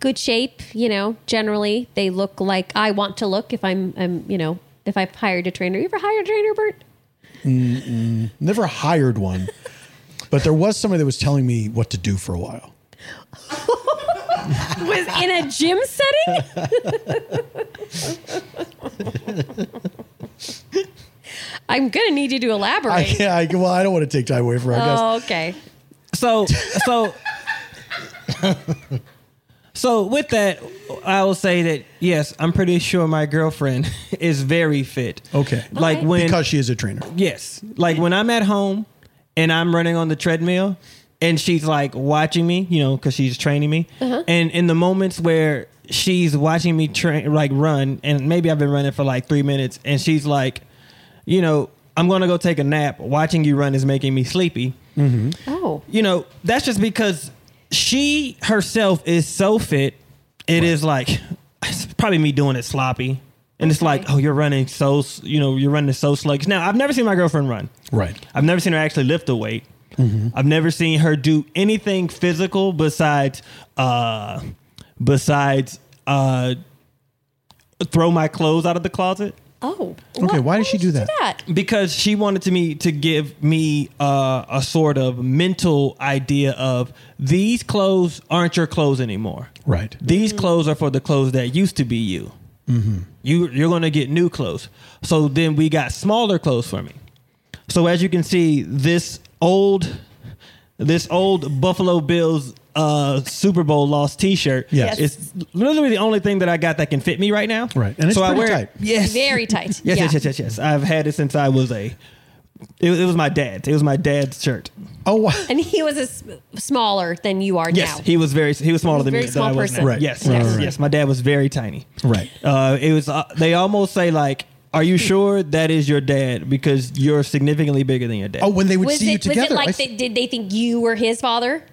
Good shape. You know, generally they look like I want to look if I'm. I'm. You know, if I've hired a trainer. You ever hired a trainer, Bert?
Never hired one, but there was somebody that was telling me what to do for a while.
Was in a gym setting. I'm gonna need you to elaborate.
I can't. I, well, I don't want to take time away from our guest.
Oh, okay.
So so So with that, I will say that yes, I'm pretty sure my girlfriend is very fit.
Okay.
Like
Okay.
when
because she is a trainer.
Yes. Like when I'm at home and I'm running on the treadmill and she's like watching me, you know, because she's training me. And in the moments where she's watching me train, like run, and maybe I've been running for like three minutes and she's like, you know, I'm going to go take a nap. Watching you run is making me sleepy
Oh,
you know, that's just because she herself is so fit. It is like it's probably me doing it sloppy, and it's like, oh, you're running so s- you know you're running so sluggish. Now I've never seen my girlfriend run.
Right.
I've never seen her actually lift a weight. I've never seen her do anything physical besides uh besides uh throw my clothes out of the closet
oh.
Okay, why did she do that?
because she wanted to me to give me uh, a sort of mental idea of these clothes aren't your clothes anymore.
Right.
Mm.
These clothes are for the clothes that used to be you.
Mm-hmm.
You you're gonna get new clothes. So then we got smaller clothes for me. So as you can see, this old this old Buffalo Bills uh, Super Bowl loss T-shirt.
Yes.
it's literally the only thing that I got that can fit me right now.
Right. And it's
so I
pretty
wear it-
tight.
Yes,
Very tight.
Yes,
yeah.
yes, yes, yes, yes. I've had it since I was a. It, it was my dad's. It was my dad's shirt.
Oh, wow.
And he was a s- smaller than you are
Yes,
now.
he was very. He was smaller than
Very
me.
small
than I was
person.
now.
Right.
Yes,
Right,
yes,
right, right.
yes. My dad was very tiny.
Right.
Uh, it was. Uh, they almost say like, "Are you sure that is your dad?" Because you're significantly bigger than your dad.
Oh, when they would
was,
see you
it, was it
together, I
like
s-
they, did they think you were his father?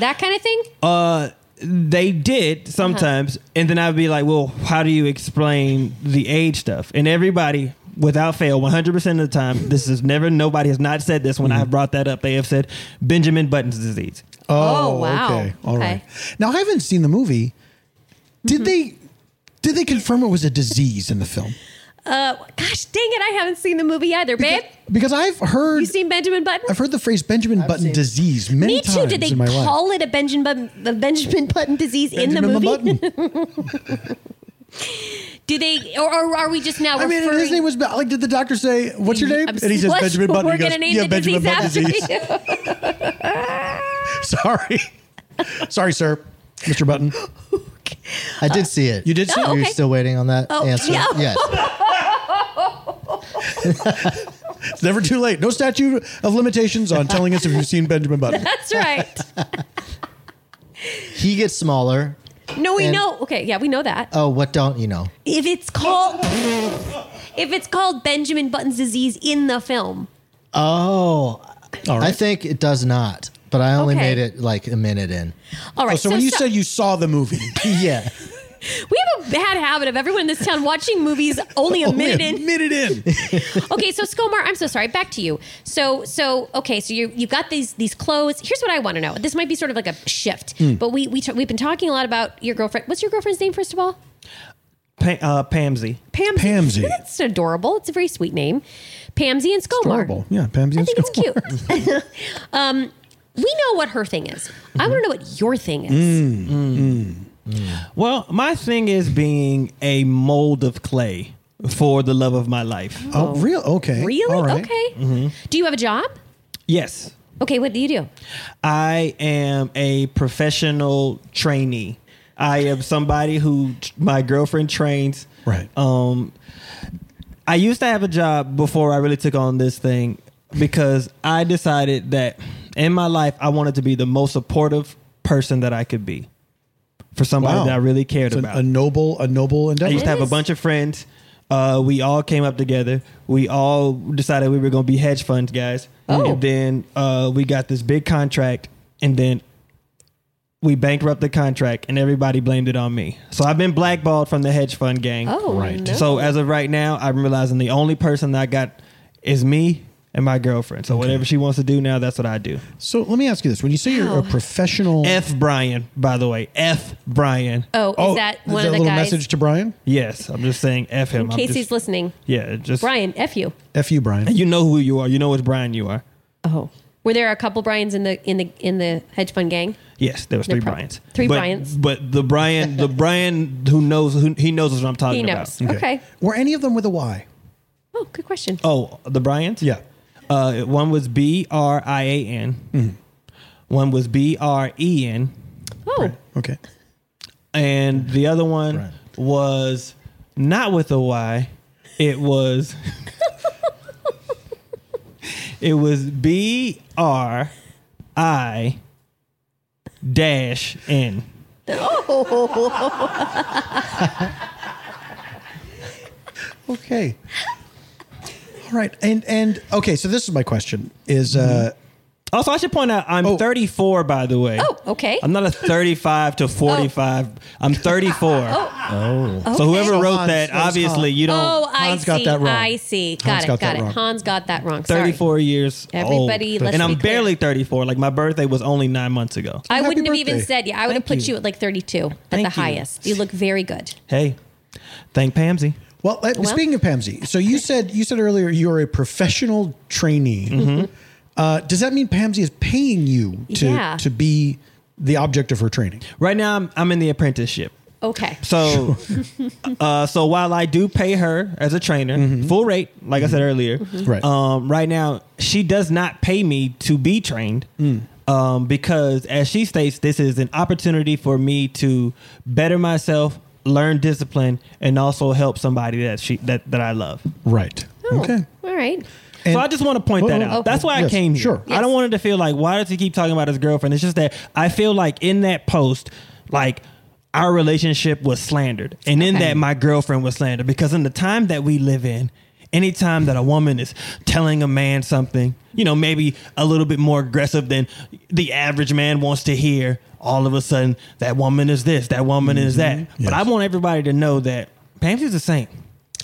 That kind of thing?
Oh,
Uh, they did sometimes, and then I'd be like, "Well, how do you explain the age stuff?" And everybody, without fail, one hundred percent of the time, this is never. Nobody has not said this when I have brought that up. They have said Benjamin Button's disease.
Oh, wow.
Okay. All
Okay. Mm-hmm.
right. Now I haven't seen the movie. Did they? Did they confirm it was a disease in the film?
Uh, gosh dang it, I haven't seen the movie either, babe.
Because I've heard
You seen Benjamin Button?
I've heard the phrase Benjamin Button disease many
Me too.
times
Did they
in my life.
call it a Benjamin Button, a Benjamin Button disease in the movie?
Button.
Do they, or, or are we just now
I mean,
referring?
and his name was like. Did the doctor say, "What's your name?"
I'm-
and he says
what?
Benjamin Button.
We're
he goes,
gonna name
"Yeah,
the
Benjamin
disease
Button
after
disease."
you.
Sorry, sorry, sir, Mr. Button.
I did see it.
You did see?
Oh,
You're
okay.
still waiting on that
Oh,
answer?
yeah.
Yes.
never too late. No statute of limitations on telling us if you've seen Benjamin Button.
That's right.
He gets smaller.
No, we
And-
know. Okay, yeah, we know that.
Oh, what don't you know?
If it's called if it's called Benjamin Button's disease in the film.
Oh,
All
I
right.
think it does not, but I only
Okay.
made it like a minute in.
All right.
Oh, so, when you
so-
said you saw the movie,
yeah.
we have a bad habit of everyone in this town watching movies only a minute in.
oh, minute in.
okay, so Skomar, I'm so sorry. Back to you. So, so okay, so you you've got these these clothes. Here's what I want to know. This might be sort of like a shift,
Hmm.
but we we t- we've been talking a lot about your girlfriend. What's your girlfriend's name, first of all?
Pa- uh, Pamsy.
Pamsy.
Pamsy.
That's adorable. It's a very sweet name. Pamsy and Skomar.
Adorable. Yeah, Pamsy
I
and
think it's cute. um, we know what her thing is. I want to know what your thing is.
Mm,
Well, my thing is being a mold of clay for the love of my life.
Oh, real? Okay.
Really?
All right. Mm-hmm.
Okay. Do you have a job?
Yes.
Okay, what do you do?
I am a professional trainee. I am somebody who t- my girlfriend trains.
Right.
Um, I used to have a job before I really took on this thing because I decided that in my life I wanted to be the most supportive person that I could be for somebody
Wow.
that I really cared
It's a,
about.
a noble, a noble
I used
endeavor.
to have a bunch of friends. Uh, we all came up together. We all decided we were going to be hedge fund guys.
Oh.
And then uh, we got this big contract, and then we bankrupt the contract, and everybody blamed it on me. So I've been blackballed from the hedge fund gang.
Oh, Right. no.
So as of right now, I'm realizing the only person that I got is me and my girlfriend. So whatever she wants to do now, that's what I do.
So let me ask you this: When you say you're a professional,
F Brian, by the way, F Brian.
Oh,
Oh,
is that
is
one
that
of
a
the
little
guys?
message to Brian?
Yes, I'm just saying F him.
in
I'm
case
just-
he's listening,
Yeah, just
Brian, f you.
F you, Brian.
You know who you are. You know which Brian you are.
Oh, were there a couple Brian's in the in the in the hedge fund gang?
Yes, there was three
pro-
Bryans.
three
but,
Bryans.
But the Brian, the Brian who knows who he knows what I'm
He
talking
knows.
about.
Okay.
Were any of them with a Y?
Oh, good question.
Oh, the Bryans. Uh, one was B R I A N. One was B R E N,
Oh,
Okay.
and the other one
Brian.
was not with a Y. It was. it was B R I dash N.
Okay. All right. And and okay. So this is my question: Is uh,
Mm-hmm.
Also, I should point out I'm
Oh.
34, by the way.
Oh, okay. Oh.
I'm not a 35 to 45. I'm 34. Oh. So whoever
Okay.
wrote
Hans-
that,
Hans-
obviously, you don't.
oh, I
Hans
see.
got that wrong.
I see. Got
Hans
it.
got
Got,
that
it.
wrong.
Hans got that wrong. Sorry.
34 years
Everybody,
old.
let's
and
be
I'm
clear.
barely 34. Like my birthday was only nine months ago.
I
Happy
wouldn't have even
birthday.
said. Yeah, I would have
Thank
put
you.
you. at like 32 at
Thank
the
you.
highest. You look very good.
Hey, thank Pamsy.
well, uh, speaking of Pamsy, so you said you said earlier you are a professional trainee.
Mm-hmm.
Uh, does that mean Pamsy is paying you to
Yeah.
to be the object of her training?
Right now, I'm, I'm in the apprenticeship.
Okay.
So, uh, so while I do pay her as a trainer full rate, like I said earlier,
Right.
Um, right now she does not pay me to be trained, um, because as she states, this is an opportunity for me to better myself, learn discipline, and also help somebody that she that that I love.
Right.
Oh,
Okay.
All right.
And-
so I just want to point
Oh,
that
oh,
out.
oh,
That's why I
yes,
came here.
sure.
I don't want it to feel like why does he keep talking about his girlfriend? It's just that I feel like in that post, like our relationship was slandered, and in that my girlfriend was slandered because in the time that we live in. Anytime that a woman is telling a man something, you know, maybe a little bit more aggressive than the average man wants to hear, all of a sudden, that woman is this, that woman is that.
Mm-hmm.
But I want everybody to know that Pamsy's a saint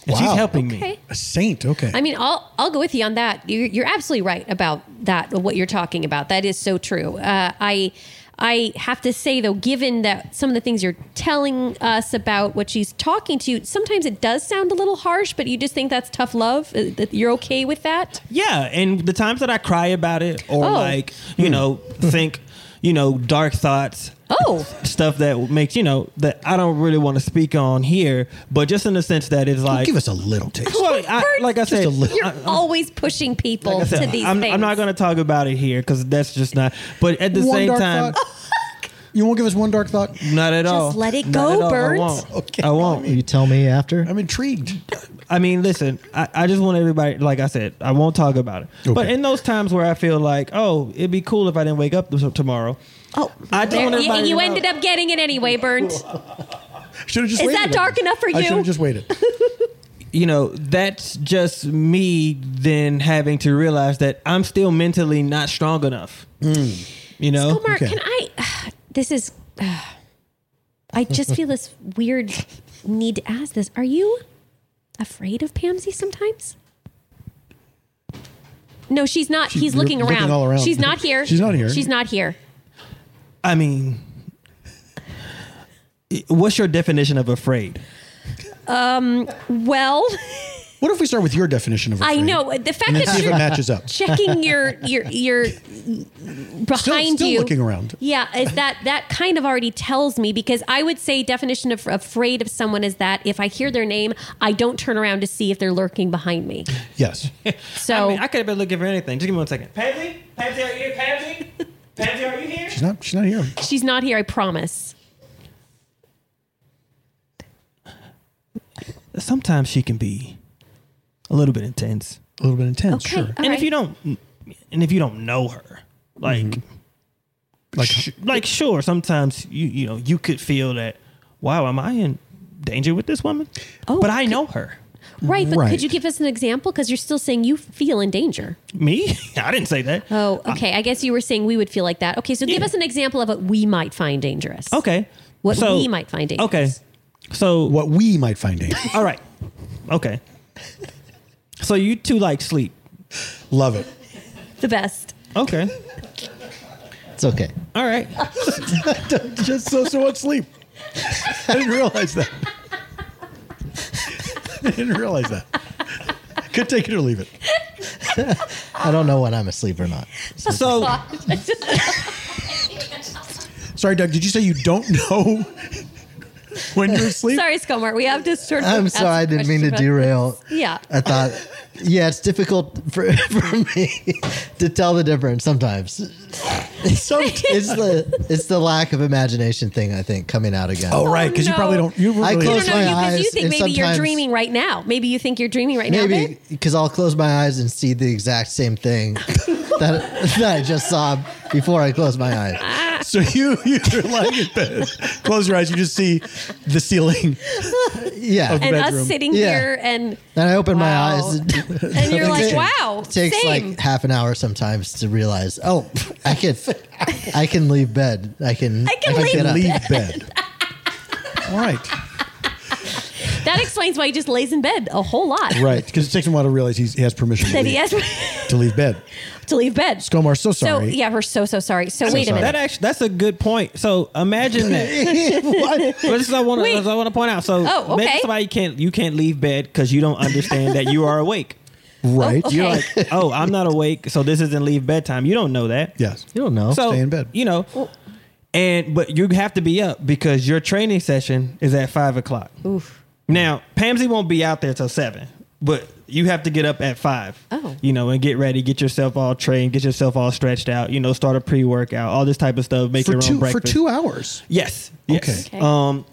and she's
Wow.
helping me.
Okay.
A saint. Okay.
I mean, I'll I'll go with you on that. You're, you're absolutely right about that. What you're talking about that is so true. Uh, I I have to say though, given that some of the things you're telling us about what she's talking to, you, sometimes it does sound a little harsh, but you just think that's tough love. uh, That you're okay with that.
Yeah, and the times that I cry about it or
Oh.
like, you know,
Hmm.
think, you know, dark thoughts,
Oh,
stuff that makes, you know, that I don't really want to speak on here, but just in the sense that it's like
give us a little taste.
well, I, like I said,
a little.
you're always pushing people
like I said,
to these
I'm,
things.
I'm not going to talk about it here because that's just not. But at the
One
same
dark
time,
thought. You won't give us one dark thought?
Not at all.
let it
Not
go,
at all.
Bert.
I won't.
Okay.
I won't.
Oh, You tell me after.
I'm intrigued.
I mean, listen, I, I just want everybody, like I said, I won't talk about it. But in those times where I feel like, oh, it'd be cool if I didn't wake up this, tomorrow.
Oh,
I just
there- you,
want everybody
you
to
ended
know.
up getting it anyway, Burnt.
Should have just
Is
waited
that
a minute.
dark enough for
I
you?
should have just waited.
You know, that's just me then having to realize that I'm still mentally not strong enough. You know?
Omar,
Okay.
can I? this is. I just feel this weird need to ask this. Are you afraid of Pamsy sometimes? No, she's not.
She-
He's
you're
looking
looking
around.
all around.
She's not here.
She's not here.
She's not here.
I mean, what's your definition of afraid?
Well,
What if we start with your definition of
I
afraid?
know the fact
And then
that
see if it
you're
matches up.
checking your your your behind
still
you
looking around.
Yeah, is that that kind of already tells me because I would say definition of afraid of someone is that if I hear their name, I don't turn around to see if they're lurking behind me.
Yes.
So
I, mean, I could have been looking for anything. Just give me one second. Pansy? Pansy, are you here? Pansy? Pansy, are you here?
She's not, she's not here.
she's not here, I promise.
Sometimes she can be a little bit intense.
A little bit intense,
Okay.
sure.
all
and
right.
if you don't and if you don't know her like like like sure sometimes you you know you could feel that wow am i in danger with this woman
Oh,
but i
could-
know her
Right, but
Right.
could you give us an example? Because you're still saying you feel in danger.
me i didn't say that
Oh, okay. I guess you were saying we would feel like that. Okay, so give us an example of what we might find dangerous.
okay
What we might find dangerous.
okay so
What we might find dangerous.
all right okay so you two like sleep
Love it.
The best.
okay
It's okay.
all right
Just so so much sleep. I didn't realize that. I didn't realize that. Could take it or leave it.
I don't know when I'm asleep or not.
so
Oh. Sorry, Doug. Did you say you don't know when you're asleep?
Sorry, Skomart. We have to sort of.
I'm
ask
sorry. I didn't mean to
questions about-
derail.
Yeah.
I thought, yeah, it's difficult for, for me to tell the difference sometimes.
Sometimes.
It's the it's the lack of imagination thing I think coming out again.
Oh, right. Because you
no.
probably don't. You
I
really
I
close
don't know. You,
my
because you
eyes
think
and
maybe you're
sometimes-
dreaming right now. Maybe you think you're dreaming right now. babe.
Maybe because I'll close my eyes and see the exact same thing that, that I just saw before I closed my eyes.
So you you're lying in bed. Close your eyes. You just see the ceiling.
Yeah,
Okay.
and,
and
bedroom.
us sitting
Yeah.
here and
I open
Wow.
my eyes. And,
and you're like,
It
wow,
takes
same.
like half an hour sometimes to realize. Oh, I can, I can leave bed. I can.
I can leave
get up.
Leave bed. All right.
that explains why he just lays in bed a whole lot.
Right. Because it takes him a while to realize he's, he has permission to
That he
leave,
has
to leave bed.
to leave bed.
Skomar, so
So
sorry.
yeah, we're so so sorry. So, wait a
sorry.
that
minute.
actually that's a good point so imagine that But this is what I want
Wait.
to I want to point out. So
Oh,
maybe
okay.
somebody can't you can't leave bed because you don't understand that you are awake.
Right.
Oh, okay.
You're like, oh, I'm not awake, so this isn't leave bedtime. You don't know that.
Yes.
You don't know.
So
stay in bed.
You know, and but you have to be up because your training session is at five o'clock. Oof. Now Pamsy won't be out there till seven, but you have to get up at five.
Oh.
You know, and get ready, get yourself all trained, get yourself all stretched out. You know, start a pre workout, all this type of stuff. Make
For
your
two
own breakfast.
for two hours.
Yes. yes.
Okay.
Okay.
Um.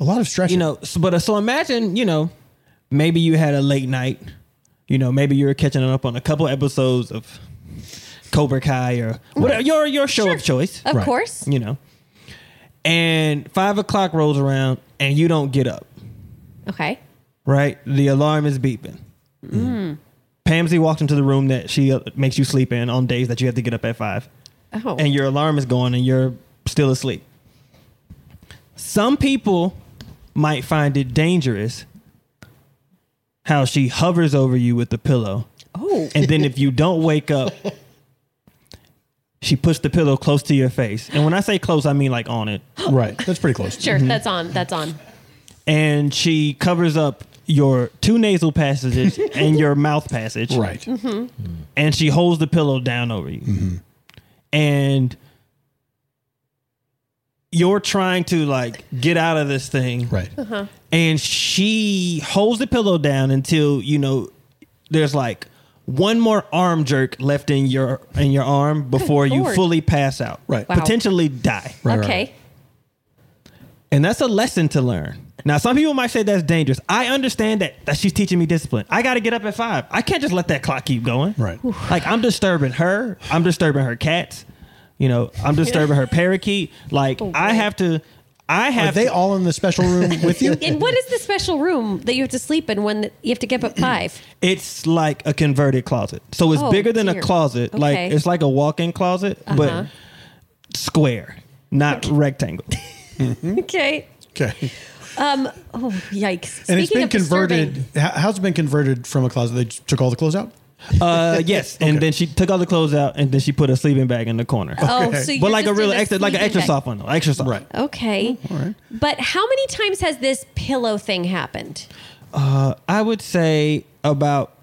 A lot of stretching.
you know so, but uh, so imagine you know maybe you had a late night you know maybe you were catching up on a couple episodes of cobra kai or whatever your your show of choice
Of
Right.
course.
you know and five o'clock rolls around and you don't get up
Okay.
right the alarm is beeping pamsy walked into the room that she uh, makes you sleep in on days that you have to get up at five
Oh.
and your alarm is going and you're still asleep. Some people might find it dangerous how she hovers over you with the pillow.
oh.
And then if you don't wake up, she puts the pillow close to your face. And when I say close, I mean like on it.
Right. That's pretty close.
Sure. That's on. That's on.
And she covers up your two nasal passages and your mouth passage.
Right.
and she holds the pillow down over you.
Mm-hmm.
And you're trying to like get out of this thing.
Right.
And she holds the pillow down until, you know, there's like one more arm jerk left in your in your arm before you
Lord.
fully pass out.
Right. Wow.
Potentially die.
Right,
okay.
right.
And that's a lesson to learn. Now, some people might say that's dangerous. I understand that that she's teaching me discipline. I got to get up at five. I can't just let that clock keep going.
Right.
Like I'm disturbing her. I'm disturbing her cats. You know, I'm disturbing her parakeet. Like
Oh,
I have to. I
Are
have.
they
to-
all in the special room with you?
And what is the special room that you have to sleep in when you have to get up at five?
It's like a converted closet. So it's
Oh,
bigger than a
dear.
closet. Like
Okay.
it's like a walk-in closet,
Uh-huh.
but square, not rectangle.
Okay.
Okay.
Um. Oh, yikes.
And
Speaking
it's been
of disturbing-
converted. h- How's it been converted from a closet? They j- took all the clothes out?
Uh, yes. And then she took all the clothes out, and then she put a sleeping bag in the corner.
Oh,
Okay.
so you're
but like a
just in
real extra, like an
sleeping
extra
bag.
soft one, though. Extra soft.
Right.
Okay. But how many times has this pillow thing happened?
I would say about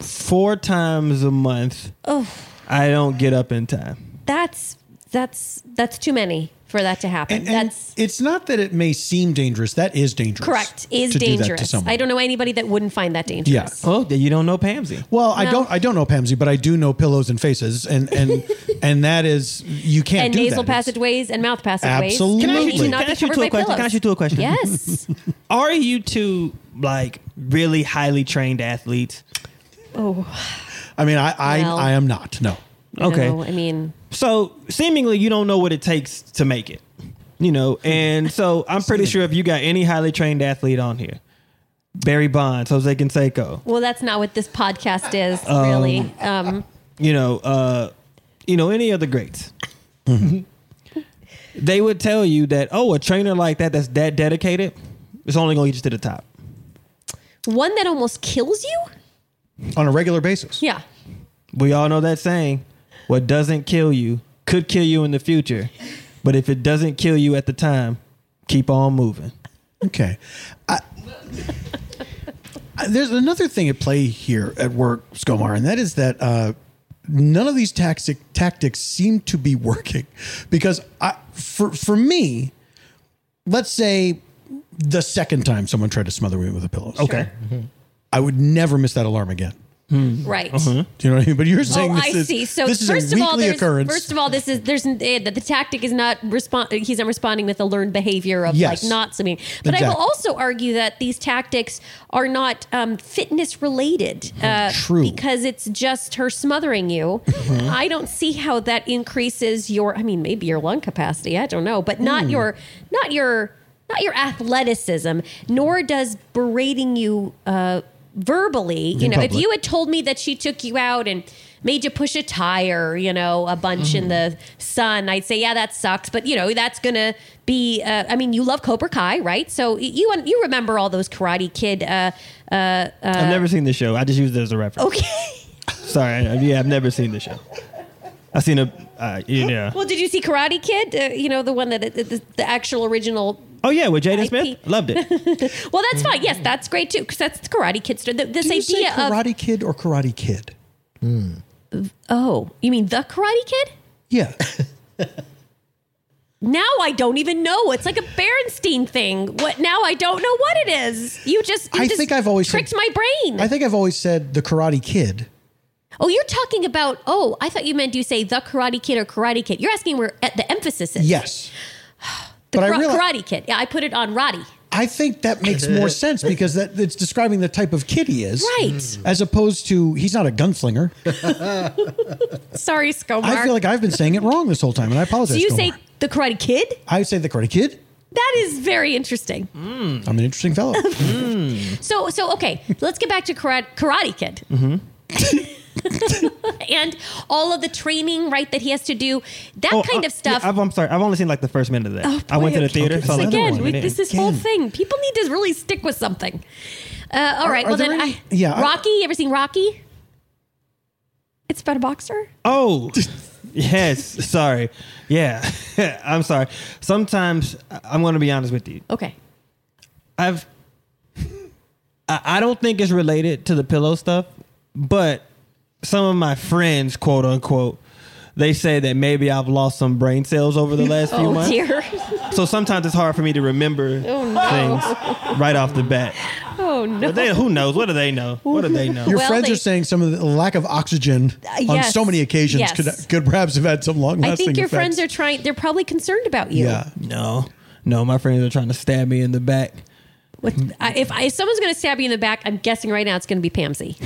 four times a month.
Oh,
I don't get up in time.
that's that's that's too many for that to happen.
And, and
that's
it's not that it may seem dangerous. That is dangerous.
correct. Is
to do that to
dangerous.
someone.
I don't know anybody that wouldn't find that dangerous.
Oh, then you don't know Pamsy.
Well, I
No.
don't. I don't know Pamsy, but I do know pillows and faces, and and and that is you can't
And
do
nasal
that. It's-
passageways and mouth passageways.
Absolutely. Can I
need
ask you-
to not
can I
be
ask you
covered
two a
by
question?
pillows.
Can I ask you two a question?
Yes.
Are you two like really highly trained athletes?
I mean, I I,
Well.
I am not. No.
Okay.
No, I mean,
So seemingly you don't know what it takes to make it. You know, and so I'm pretty sure if you got any highly trained athlete on here, Barry Bonds, Jose Canseco,
well, that's not what this podcast is really. Um,
you know, uh, you know, any other greats, they would tell you that oh, a trainer like that that's that dedicated, it's only going to get you to the top.
one that almost kills you.
On a regular basis.
Yeah.
We all know that saying: what doesn't kill you could kill you in the future, but if it doesn't kill you at the time, keep on moving.
Okay. I, I- there's another thing at play here at work, Skomar, and that is that uh, none of these tactic, tactics seem to be working because I, for for me, let's say the second time someone tried to smother me with a pillow,
Okay.
I would never miss that alarm again.
Right.
Do you know what I mean? But you're saying
Oh,
this
I
is
see. So
this is
first
a
of all,
weekly
there's
occurrence.
first of all, this is there's n- eh, that the tactic is not respond. He's not responding with a learned behavior of
Yes.
like not sleeping. But I will
Exactly.
also argue that these tactics are not um, fitness related. Uh,
Oh, True. Mm-hmm.
because it's just her smothering you. I don't see how that increases your. I mean, maybe your lung capacity. I don't know, but not
Hmm.
your not your not your athleticism. Nor does berating you. Uh, verbally you know if
public.
you had told me that she took you out and made you push a tire you know a bunch in
Mm-hmm.
the sun i'd say yeah that sucks but you know that's gonna be uh, i mean you love cobra kai right so y- you you remember all those karate kid uh
Uh,
I've never seen the show. I just used it as a reference.
okay
Oh.
Sorry, I- yeah, I've never seen the show. I've seen a, uh, yeah.
well did you see karate kid uh, you know the one that the, the, the actual original
Oh yeah, with Jaden
IP.
Smith, loved it.
well that's fine yes that's great too because that's the karate kid story. The- this
Did Mm-hmm. you say
idea of
Karate Kid or Karate Kid?
oh you mean the karate kid
Yeah.
Now I don't even know. It's like a Berenstein thing. What now? I don't know what it is. You just you
I
just
think I've always
tricked
said-
my brain.
I think I've always said the Karate Kid.
oh, you're talking about. Oh, I thought you meant you say the Karate Kid or Karate Kid. You're asking where eh, the emphasis is.
Yes.
the
but I
kara-
realize-
Karate Kid. Yeah, I put it on Roddy.
I think that makes more sense because that it's describing the type of kid he is.
Right.
As opposed to he's not a gunslinger.
Sorry, Skomar.
I feel like I've been saying it wrong this whole time and I apologize.
Do you
Gilmore.
say the Karate Kid?
I say the Karate Kid?
That is very interesting.
Hmm? I'm an interesting fellow.
So so okay, let's get back to Karate, karate Kid.
Mm-hmm.
and all of the training, right, that he has to do, that
Oh,
kind
uh,
of stuff. Oh,
yeah, I've, I'm sorry, I've only seen like the first minute of that. I went to the theater.
okay.
saw,
This
like, the
again,
first
we,
minute.
this is whole
Again.
thing. People need to really stick with something. Uh, all right.
are
well,
there
then,
any-
I,
yeah, I-
Rocky. You ever seen Rocky? It's about a boxer.
Oh, yes. Sorry. Yeah, I'm sorry. Sometimes I- I'm going to be honest with you.
Okay.
I've I, I don't think it's related to the pillow stuff, but some of my friends, quote unquote, they say that maybe I've lost some brain cells over the last few
Oh
months.
dear.
So sometimes it's hard for me to remember things right off the bat.
Oh no.
But they, who knows? What do they know? What do they know?
Your
Well,
friends
they- Uh,
are saying some of the lack of oxygen on
yes.
so many occasions
Yes.
could, could perhaps have had some long lasting
I think your
effects.
friends are trying. They're probably concerned about you.
Yeah.
no, no, my friends are trying to stab me in the back.
What, I, if, I, if someone's going to stab you in the back, I'm guessing right now it's going to be Pamsy.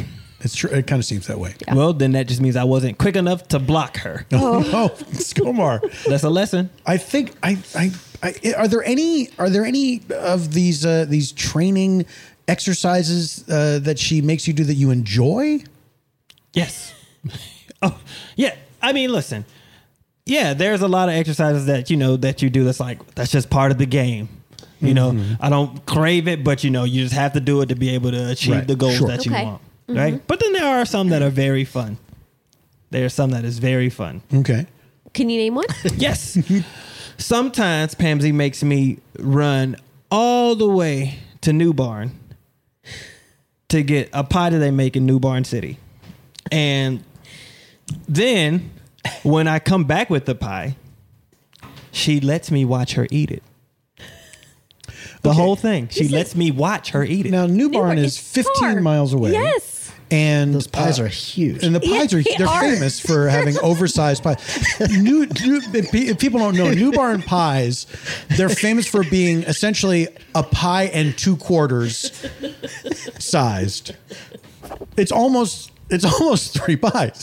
It's true. It kind of seems that way.
Well, then that just means I wasn't quick enough to block her.
Oh, Skomar.
That's a lesson.
I think I, I I are there any are there any of these uh, these training exercises uh, that she makes you do that you enjoy?
Yes. oh, yeah. I mean, listen. Yeah, there's a lot of exercises that you know that you do. That's like that's just part of the game. You know,
Mm-hmm.
I don't crave it, but you know, you just have to do it to be able to achieve
Right,
the goals
sure.
that you
Okay. Mm-hmm.
want. Right. But then there are some that are very fun. There are some that is very fun.
Okay.
Can you name one?
Yes. Sometimes Pamsy makes me run all the way to New Barn to get a pie that they make in New Barn City. And then when I come back with the pie, she lets me watch her eat it. The whole thing. She lets me watch her eat it.
Now New Barn
Barn is
is 15
far.
miles away.
Yes.
And
Those pies
uh,
are huge.
And the pies
Yeah,
are
they
they're
are.
famous for having oversized pies. New, new if, pe- if people don't know New Barn pies, they're famous for being essentially a pie and two quarters sized. It's almost it's almost three pies.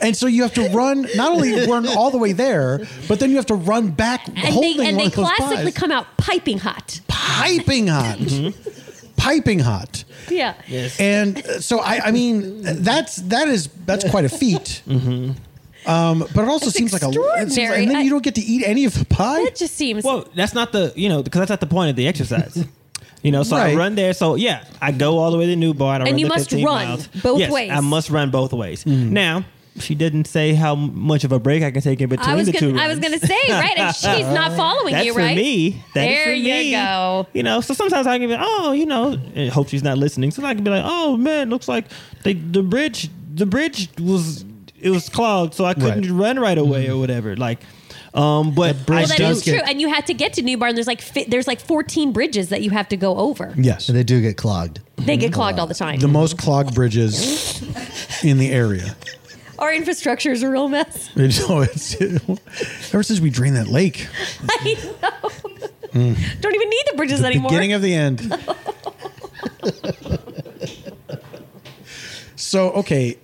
and so you have to run not only run all the way there, but then you have to run back
And
holding
they, and
one
they
of those
classically
pies.
come out piping hot.
piping hot.
Mm-hmm.
Piping hot.
Yeah.
And uh, so I, I mean, that's that is that's quite a feat. Um, but it also
That's
seems like a it seems like- and then
extraordinary.
you don't get to eat any of the pie.
That just seems.
Well, that's not the you know because that's not the point of the exercise. You know, so
Right.
I run there. So yeah, I go all the way to New Barn. I
And
run
you
the
must
15
run
miles.
both
Yes,
ways. Hmm.
I must run both ways. Now she didn't say how much of a break I can take in between
I was
the two.
gonna, I was
runs.
going to say right, and she's not following
That's
you, right?
for me. That is
there
for
you
me.
go.
You know, so sometimes I can be, oh, you know, and hope she's not listening. So I can be like, oh man, looks like the the bridge the bridge was it was clogged, so I couldn't
Right.
run right away or whatever. Like, um, but I
Well, that
do
is true. And you had to get to New Barn. There's like fi- there's like 14 bridges that you have to go over.
yes,
And they do get clogged.
They get clogged all the time.
the most clogged bridges in the area.
Our infrastructure is a real mess.
It's, oh, it's, ever since we drained that lake,
I know.
Hmm.
Don't even need the bridges anymore.
beginning of the end. so okay,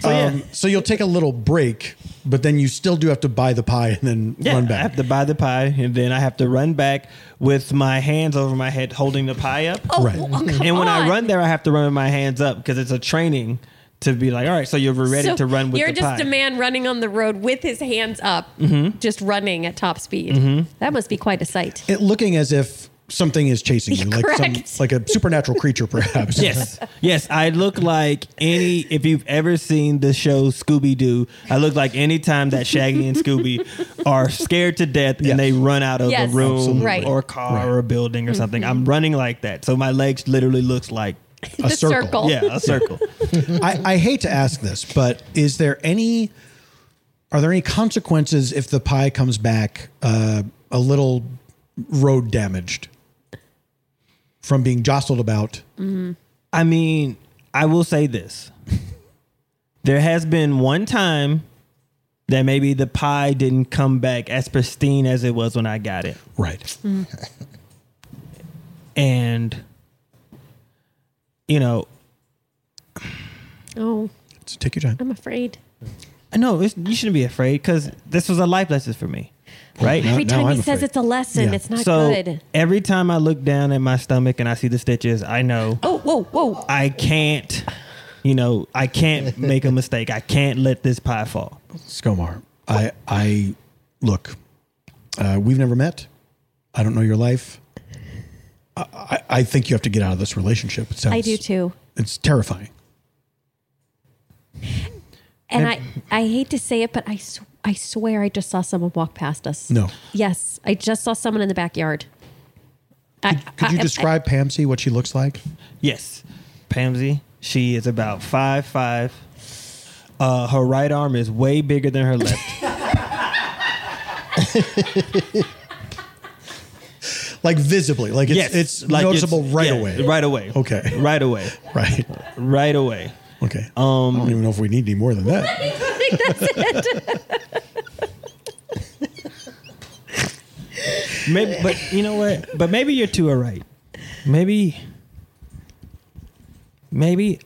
so, um, so you'll take a little break, but then you still do have to buy the pie and then
Yeah,
run back.
I have to buy the pie, and then I have to run back with my hands over my head, holding the pie up.
oh,
Right.
oh, come
and when I
on.
run there, I have to run with my hands up because it's a training to be like, all right, so you're ready
So
to run with
You're
the
just
pie. Mm-hmm.
a man running on the road with his hands up, just running at top speed. That must be quite a sight.
it looking as if something is chasing you, like some,
Correct.
like a supernatural creature, perhaps.
Yes, yes. I look like any. If you've ever seen the show Scooby Doo, I look like any time that Shaggy and Scooby are scared to death
Yes.
and they run out of
Yes.
a room
Absolutely. Right. Mm-hmm.
or a car or a building or something. I'm running like that, so my legs literally looks like
a
The
circle.
circle.
yeah a circle.
I, I hate to ask this, but is there any? Are there any consequences if the pie comes back uh, a little road damaged from being jostled about?
I mean, I will say this. There has been one time that maybe the pie didn't come back as pristine as it was when I got it.
Right.
And you know,
Oh,
So take your time.
I'm afraid.
no, it's, you shouldn't be afraid cuz this was a life lesson for me. Right?
Now-
Every
now
time
I'm
he says
afraid.
it's a lesson,
Yeah.
it's not
so
good.
every time I look down at my stomach and I see the stitches, I know
Oh, whoa, whoa.
I can't, you know, I can't make a mistake. I can't let this pie fall.
Skomar, I I look, uh, we've never met. I don't know your life. I, I, I think you have to get out of this relationship. It sounds,
I do too.
It's terrifying.
And I, I hate to say it, but I, sw- I swear I just saw someone walk past us.
No.
Yes, I just saw someone in the backyard. I-
Could you
I- I-
describe Pamsy what she looks like?
Yes. Pamsy. She is about five five. Uh, her right arm is way bigger than her left.
Like visibly, like it's
yes,
it's
like
noticeable right
yeah,
away.
Right away.
Okay.
Right away.
Right.
Right away.
Okay. I don't even know if we need any more than that.
Maybe, but you know what? But maybe your two are right. Maybe, maybe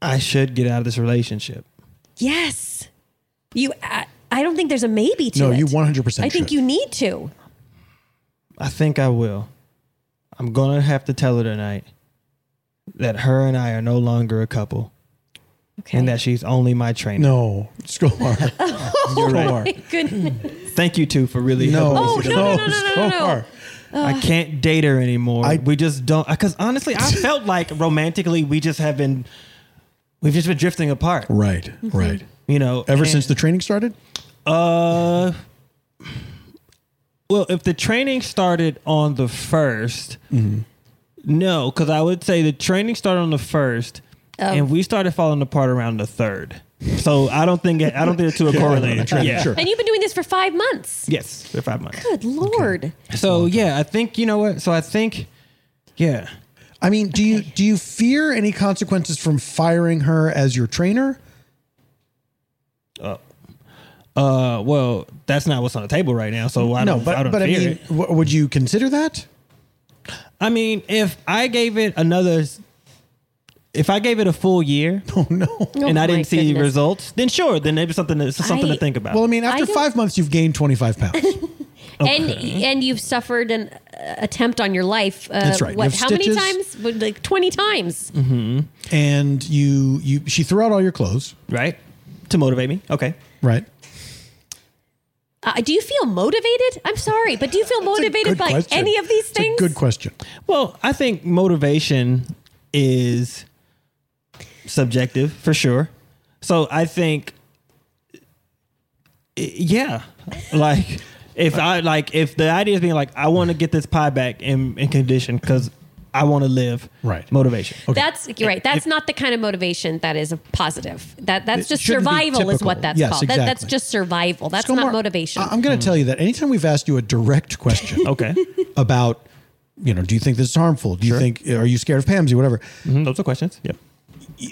I should get out of this relationship.
Yes. You, I, I don't think there's a maybe to
No,
it.
you 100%
I think
should.
you need to.
I think I will. I'm gonna have to tell her tonight that her and I are no longer a couple,
Okay.
and that she's only my trainer.
No, Skolar. Skolar.
Goodness.
Thank you two for really
No,
helping.
Oh, no, no, no, no, no, no, no.
Skolar.
I can't date her anymore.
I-
we just don't. Because honestly, I felt like romantically we just have been, we've just been drifting apart.
Right, right.
You know,
Ever
and-
since the training started?
Uh, well, if the training started on the 1st
Mm-hmm.
no, because I would say the training started on the first, and we started falling apart around the third. So I don't think it, I don't think the two are correlated.
training,
yeah.
sure.
And you've been doing this for five months.
Yes, for five months.
Good Lord.
So yeah, I think you know what. So I think, yeah,
I mean, do you do you fear any consequences from firing her as your trainer?
uh, well, that's not what's on the table right now. So I
no,
don't.
but
I don't
but I
fear
mean,
it.
w- would you consider that?
I mean, if I gave it another, if I gave it a full year,
Oh no.
and I
my
didn't see
goodness.
results, then sure, then it's something to, it's something
I-
to think about.
Well, I mean, after
don't-
five months, you've gained twenty five pounds.
and and you've suffered an uh, attempt on your life. Uh,
That's right. You
What?
have
How
stitches.
many times? Would- Like twenty times.
and you you she threw out all your clothes,
right? To motivate me, okay.
right?
Uh, do you feel motivated? I'm sorry, but do you feel motivated
Good
by
question.
any of these
It's a
things?
good question.
Well, I think motivation is subjective for sure. So I think, i- yeah, like if I like if the idea is being like I want to get this pie back in, in condition because I want to live,
Right.
Motivation.
That's you're right. That's not the kind of motivation that is a positive. That that's just
shouldn't be
survival, is what
typical.
that's
Yes,
called. That, that's
exactly.
just survival. That's
Skolar,
not motivation.
I- I'm going to tell you that anytime we've asked you a direct question,
Okay,
about you know do you think this is harmful do you think are you scared of pamsy whatever
Mhm, those are questions. Yep.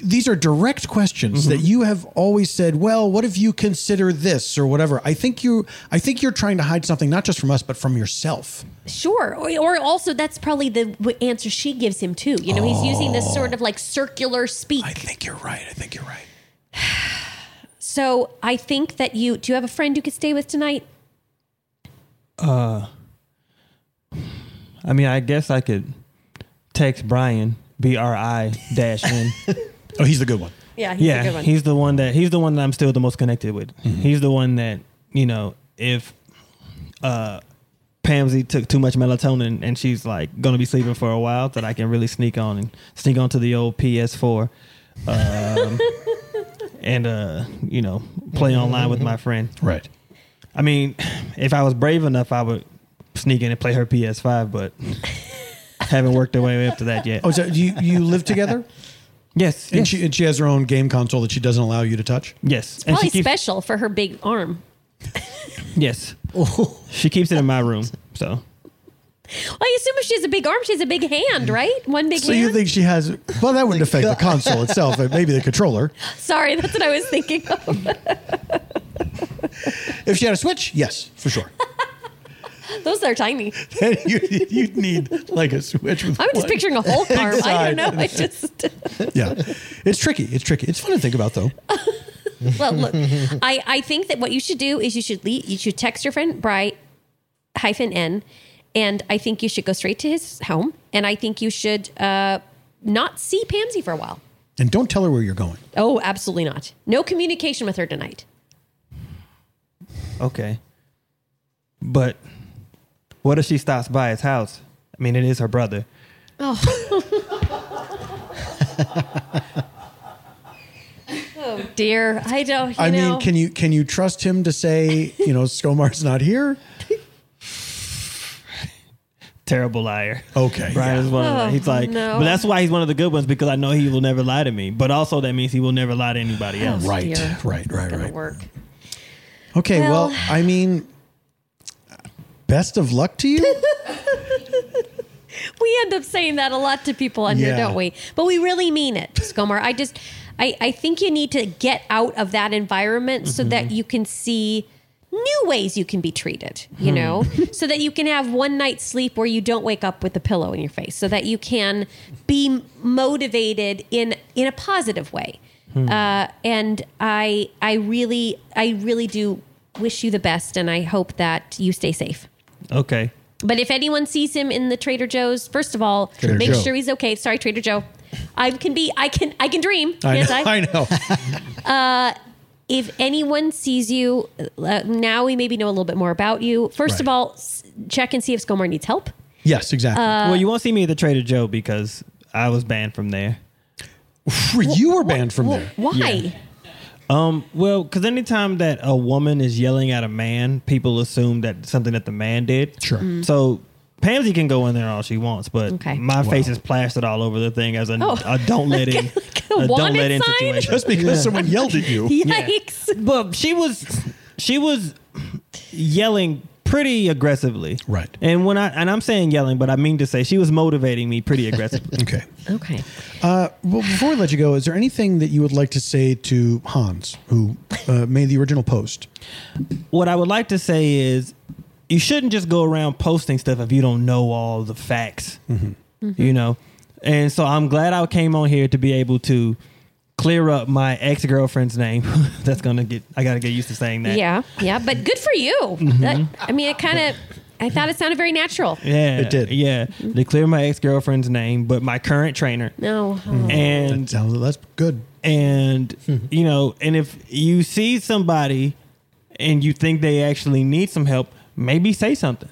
these are direct questions that you have always said well what if you consider this or whatever i think you i think you're trying to hide something not just from us but from yourself
Sure. Or, or also, that's probably the w- answer she gives him, too. You know, he's using this sort of like circular speak.
i think you're right i think you're right
so I think that you do you have a friend you could stay with tonight?
I mean, I guess I could text Brian B R I dash N.
oh he's the good one
Yeah, he's
yeah, he's the one that he's the one that I'm still the most connected with. He's the one that you know if uh Pamsy took too much melatonin and she's like gonna be sleeping for a while that I can really sneak on and sneak onto the old PS4. Um, and uh, you know, play online with my friend.
right
I mean, if I was brave enough, I would sneak in and play her PS5, but haven't worked their way up to that yet.
oh so you you live together
yes,
and
yes,
she and she has her own game console that she doesn't allow you to touch
yes. And
probably
she keeps-
special for her big arm.
Yes, she keeps it in my room. So
Well, I assume if she has a big arm, she has a big hand, right? One big
so
hand.
you think she has well that wouldn't affect the console itself but maybe the controller
Sorry, that's what I was thinking of.
if she had a switch yes for sure
Those are tiny.
then you, you'd need like a switch with
I'm just
one-
picturing a whole arm. I
side.
don't know. I just
yeah it's tricky it's tricky it's fun to think about though
well look. I I think that what you should do is you should leave, you should text your friend Bright hyphen N, and I think you should go straight to his home, and I think you should uh, not see Pamsy for a while.
and don't tell her where you're going
Oh, absolutely not. No communication with her tonight.
okay, but what if she stops by his house? I mean, it is her brother.
Oh dear, I don't. You
I
know.
mean, can you can you trust him to say, you know, Skomar's not here?
terrible liar.
Okay.
Brian is one of them.
Oh,
He's like,
no.
but that's why he's one of the good ones because I know he will never lie to me. But also that means he will never lie to
Oh.
anybody else.
Right,
Dear.
right, right,
Gonna
right.
work.
Okay, well,
Well-
I mean, best of luck to you.
We end up saying that a lot to people on
Yeah.
here, don't we? But we really mean it, Skomer. I just, I, I think you need to get out of that environment so that you can see new ways you can be treated, you know? so that you can have one night's sleep where you don't wake up with a pillow in your face, so that you can be motivated in, in a positive way. Uh, and I, I really, I really do wish you the best and I hope that you stay safe.
Okay.
But if anyone sees him in the Trader Joe's, first of all,
Trader
make
Joe.
sure he's okay. Sorry, Trader Joe. I can be. I can. I can dream.
I
can't
know.
I?
I know.
If anyone sees you, uh, now we maybe know a little bit more about you. First of
Right.
all, s- check and see if Skomer needs help.
Yes, exactly.
Uh,
well, you won't see me at the Trader Joe because I was banned from there.
you were banned from there.
Why?
Well, because anytime that a woman is yelling at a man, people assume that something that the man did.
Sure. Mm.
So Pansy can go in there all she wants, but
Mm-hmm. Okay.
my face is plastered all over the thing as a,
Oh.
a don't let in, a don't
wanted
let in
sign?
situation.
Just because someone yelled at you.
Yikes!
but she was she was yelling pretty aggressively.
Right.
And when I and I'm saying yelling, but I mean to say she was motivating me pretty aggressively.
Okay.
Okay.
Well, before I let you go, is there anything that you would like to say to Hans, who uh, made the original post?
what I would like to say is you shouldn't just go around posting stuff if you don't know all the facts. You know? And so I'm glad I came on here to be able to clear up my ex girlfriend's name. That's gonna get I gotta get used to saying that.
Yeah. Yeah. But good for you.
Mm-hmm.
That- I mean, it kind of. I thought it sounded very natural.
Yeah.
It did.
Yeah. To clear my ex girlfriend's name, but my current trainer.
No.
Mm-hmm.
And
Sounds that's good.
and
Mm-hmm.
you know and if you see somebody and you think they actually need some help maybe say something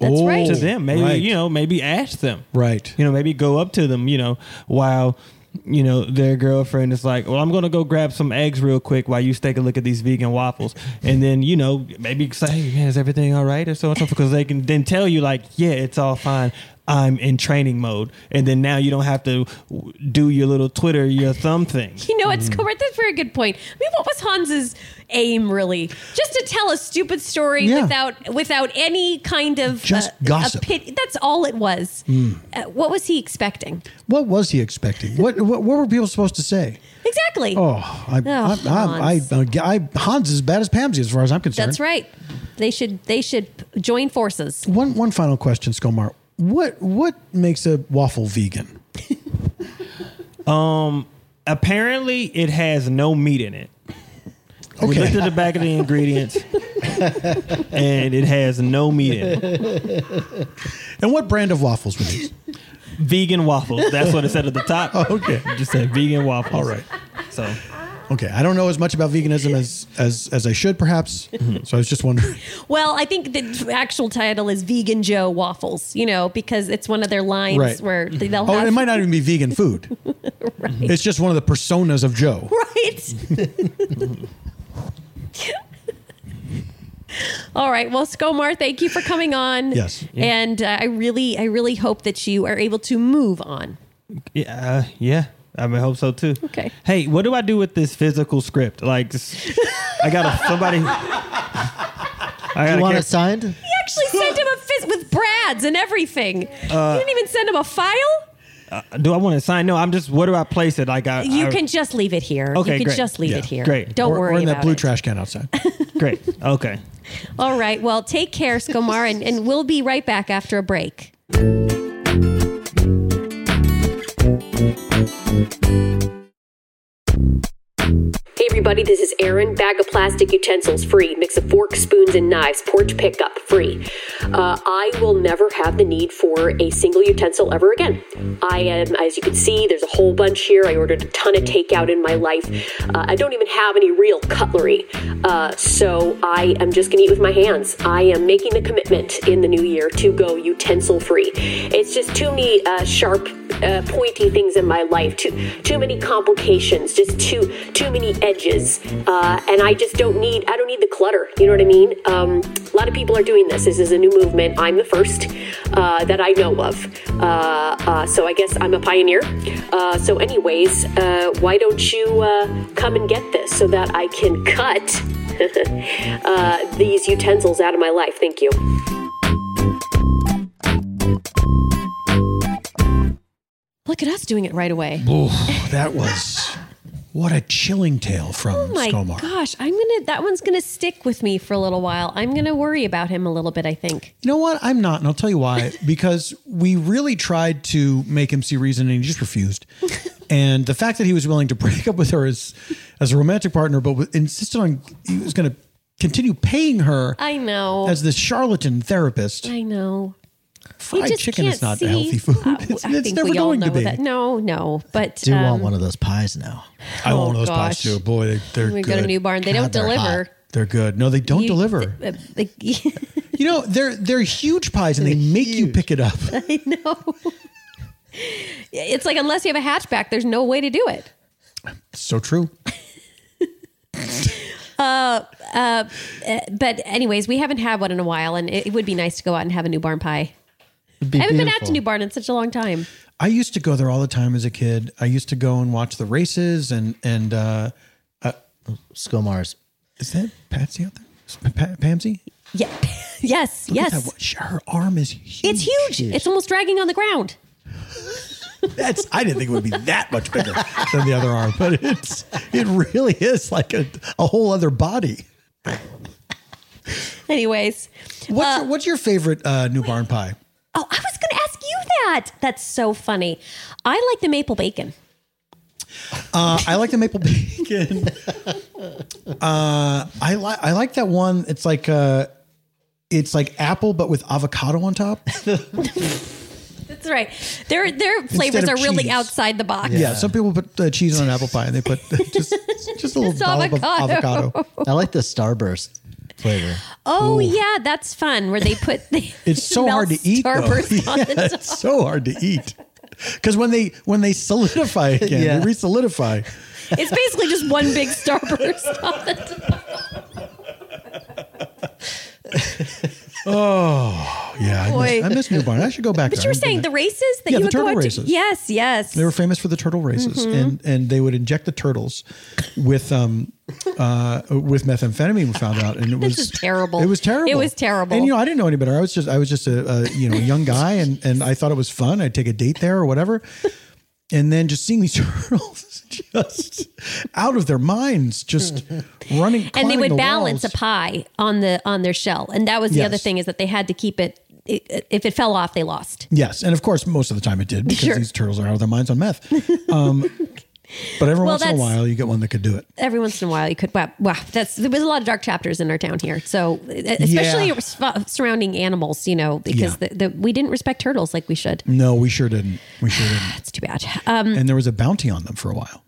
That's right.
to them maybe
Oh, right.
you know maybe ask them
Right.
you know maybe go up to them you know while you know their girlfriend is like well i'm gonna go grab some eggs real quick while you take a look at these vegan waffles and then you know maybe say hey man is everything all right or so on and so because they can then tell you like yeah it's all fine i'm in training mode and then now you don't have to w- do your little twitter your thumb thing
You know
Mm.
what, Scomer? That's a very good point. I mean, what was Hans's aim really? Just to tell a stupid story
Yeah.
without without any kind of
Just gossip. Mm.
pit- that's all it was. Uh, what was he expecting?
What was he expecting? What what, what were people supposed to say?
Exactly.
Oh, I,
Oh,
I,
Hans.
I, I, I, Hans is as bad as Pamsy, as far as I'm concerned.
that's right. They should they should join forces.
One one final question, Skomar. What what makes a waffle vegan?
apparently it has no meat in it we
Okay.
looked at the back of the ingredients and it has no meat in it
And what brand of waffles were these?
vegan waffles. That's what it said at the top.
okay.
It just said vegan waffles.
All right.
So
Okay, I don't know as much about veganism as as as I should, perhaps. So I was just wondering.
Well, I think the actual title is Vegan Joe Waffles, you know, because it's one of their lines
Right.
where they- they'll
Oh,
have
it might not even be vegan food. It's just one of the personas of Joe.
right? All right. Well, Skomar, thank you for coming on.
Yes.
And uh, I really, I really hope that you are able to move on.
yeah, uh, yeah. I mean, I hope so too.
Okay.
Hey, what do I do with this physical script? Like, s- I gotta somebody. I
You
gotta
want
care-
it signed?
He actually sent him a fist with Brad's and everything.
Uh,
you didn't even send him a file.
do I want to sign? No, I'm just. Where do I place it? Like, I
You
I-
can just leave it here.
Okay,
you can
great.
just leave
Yeah,
it here.
great.
Don't
or,
worry
or in
about
that blue
it.
trash can outside.
Great. Okay.
All right. Well, take care, Skomar, and, and we'll be right back after a break.
Hey everybody, this is Erin. Bag of plastic utensils free. Mix of forks, spoons, and knives. Porch pickup free. Uh, I will never have the need for a single utensil ever again. I am, as you can see, there's a whole bunch here. I ordered a ton of takeout in my life. Uh, I don't even have any real cutlery, uh, so I am just gonna eat with my hands. I am making the commitment in the new year to go utensil free. It's just too many uh, sharp, uh, pointy things in my life. Too too many complications. Just too too many edges
pages, uh, and I just don't need I don't need the clutter. You know what I mean? Um, a lot of people are doing this. This is a new movement. I'm the first uh, that I know of. Uh, uh, so I guess I'm a pioneer. Uh, so, anyways, uh, why don't you uh, come and get this so that I can cut uh, these utensils out of my life? Thank you.
Look at us doing it right away.
Oh, that was what a chilling tale from
Oh my
Skomar.
gosh, I'm gonna that one's gonna stick with me for a little while. I'm gonna worry about him a little bit, I think.
You know what? I'm not, and I'll tell you why. Because we really tried to make him see reason, and he just refused. and the fact that he was willing to break up with her as as a romantic partner, but w- insisted on he was going to continue paying her
I know.
as this charlatan therapist.
I know. We
Fried chicken is not healthy food.
Uh,
It's,
I
it's
think
never
we all
going to
know
be.
that. No, no. But
Do want
um,
one of those pies now.
I want one of those
Oh, gosh.
pies too. Boy, they, they're
we
good.
go to New Barn. They
God,
don't
they're hot.
deliver.
They're good. No, they don't
You-
deliver.
uh, like-
you know, they're they're huge pies, and they make you pick it up.
I know. It's like unless you have a hatchback, there's no way to do it.
so true.
But anyways, we haven't had one in a while, and it, it would be nice to go out and have a new barn pie. I haven't been out to New Barn in such a long time.
I used to go there all the time as a kid. I used to go and watch the races, and and uh,
Skomars.
is that Patsy out there? Is Pa- Pa- Pamsy?
Yeah. yes.
Look at
yes.
that. She- her arm is huge.
It's huge. It's almost dragging on the ground.
That's. I didn't think it would be that much bigger than the other arm, but it's it really is like a, a whole other body.
Anyways,
What's your, what's your favorite uh, new barn pie?
oh, I was going to ask you that. That's so funny. I like the maple bacon.
Uh, I like the maple bacon. uh, I like I like that one. It's like uh, it's like apple, but with avocado on top.
That's right. Their their flavors
of
are really
cheese.
outside the box.
Yeah, some people put uh, cheese on an apple pie and they put just just a little dollop of
avocado.
avocado.
I like the Starburst flavor.
Oh yeah, that's fun. Where they put the
It's so
melt
hard to eat. Though.
Starburst on
Yeah,
the top.
it's so hard to eat because when they when they solidify again,
Yeah.
they re-solidify.
It's basically just one big starburst on the top.
Oh, Yeah, I
Boy.
miss, I miss New Barn. I should go back.
But
there.
you were
I haven't been
saying the
there.
races that
Yeah,
you
the
would go
turtle
out to-
races.
Yes, yes.
they were famous for the turtle races,
Mm-hmm.
and and they would inject the turtles with um uh with methamphetamine. We found out, and it was
This is terrible.
It was terrible.
It was terrible.
And you know, I didn't know any better. I was just I was just a, a you know young guy, and and I thought it was fun. I'd take a date there or whatever. And then just seeing these turtles just out of their minds, just running,
Mm-hmm. and they
climbing
would
the
balance
walls.
a pie on the on their shell, and that was the
Yes.
other thing is that they had to keep it. i- If it fell off, they lost.
Yes, and of course, most of the time it did because
Sure.
these turtles are out of their minds on meth. Um, but every
Well,
once in a
that's-
while, you get one that could do it.
every once in a while you could wow, wow that's there was a lot of dark chapters in our town here so e-, especially
Yeah.
s- surrounding animals you know because
Yeah.
the, the, we didn't respect turtles like we should
No, we sure didn't. We sure didn't.
that's too bad um,
and there was a bounty on them for a while.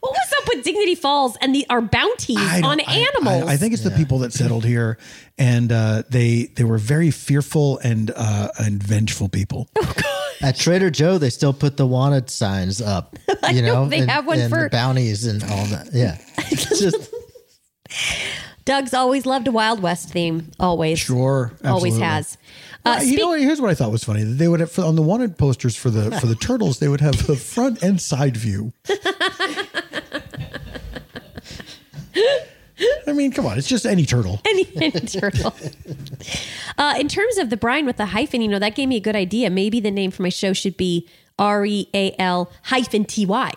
what was up with dignity falls and the our bounties
I don't-
on
I-
animals
I, I think it's the people that settled here, and uh, they they were very fearful and uh, and vengeful people.
At Trader Joe, they still put the wanted signs up. You know,
they
and,
have one
and
for-
the bounties and all that. Yeah, It's just
doug's always loved a wild west theme always
Sure,
always
absolutely.
has uh,
you
speak-
know, what? here's what I thought was funny: they would have, for, on the wanted posters for the for the turtles, they would have the front and side view. I mean, come on, it's just any turtle.
any any turtle. Uh, in terms of the brine with the hyphen, you know, that gave me a good idea. Maybe the name for my show should be R E A L hyphen T Y.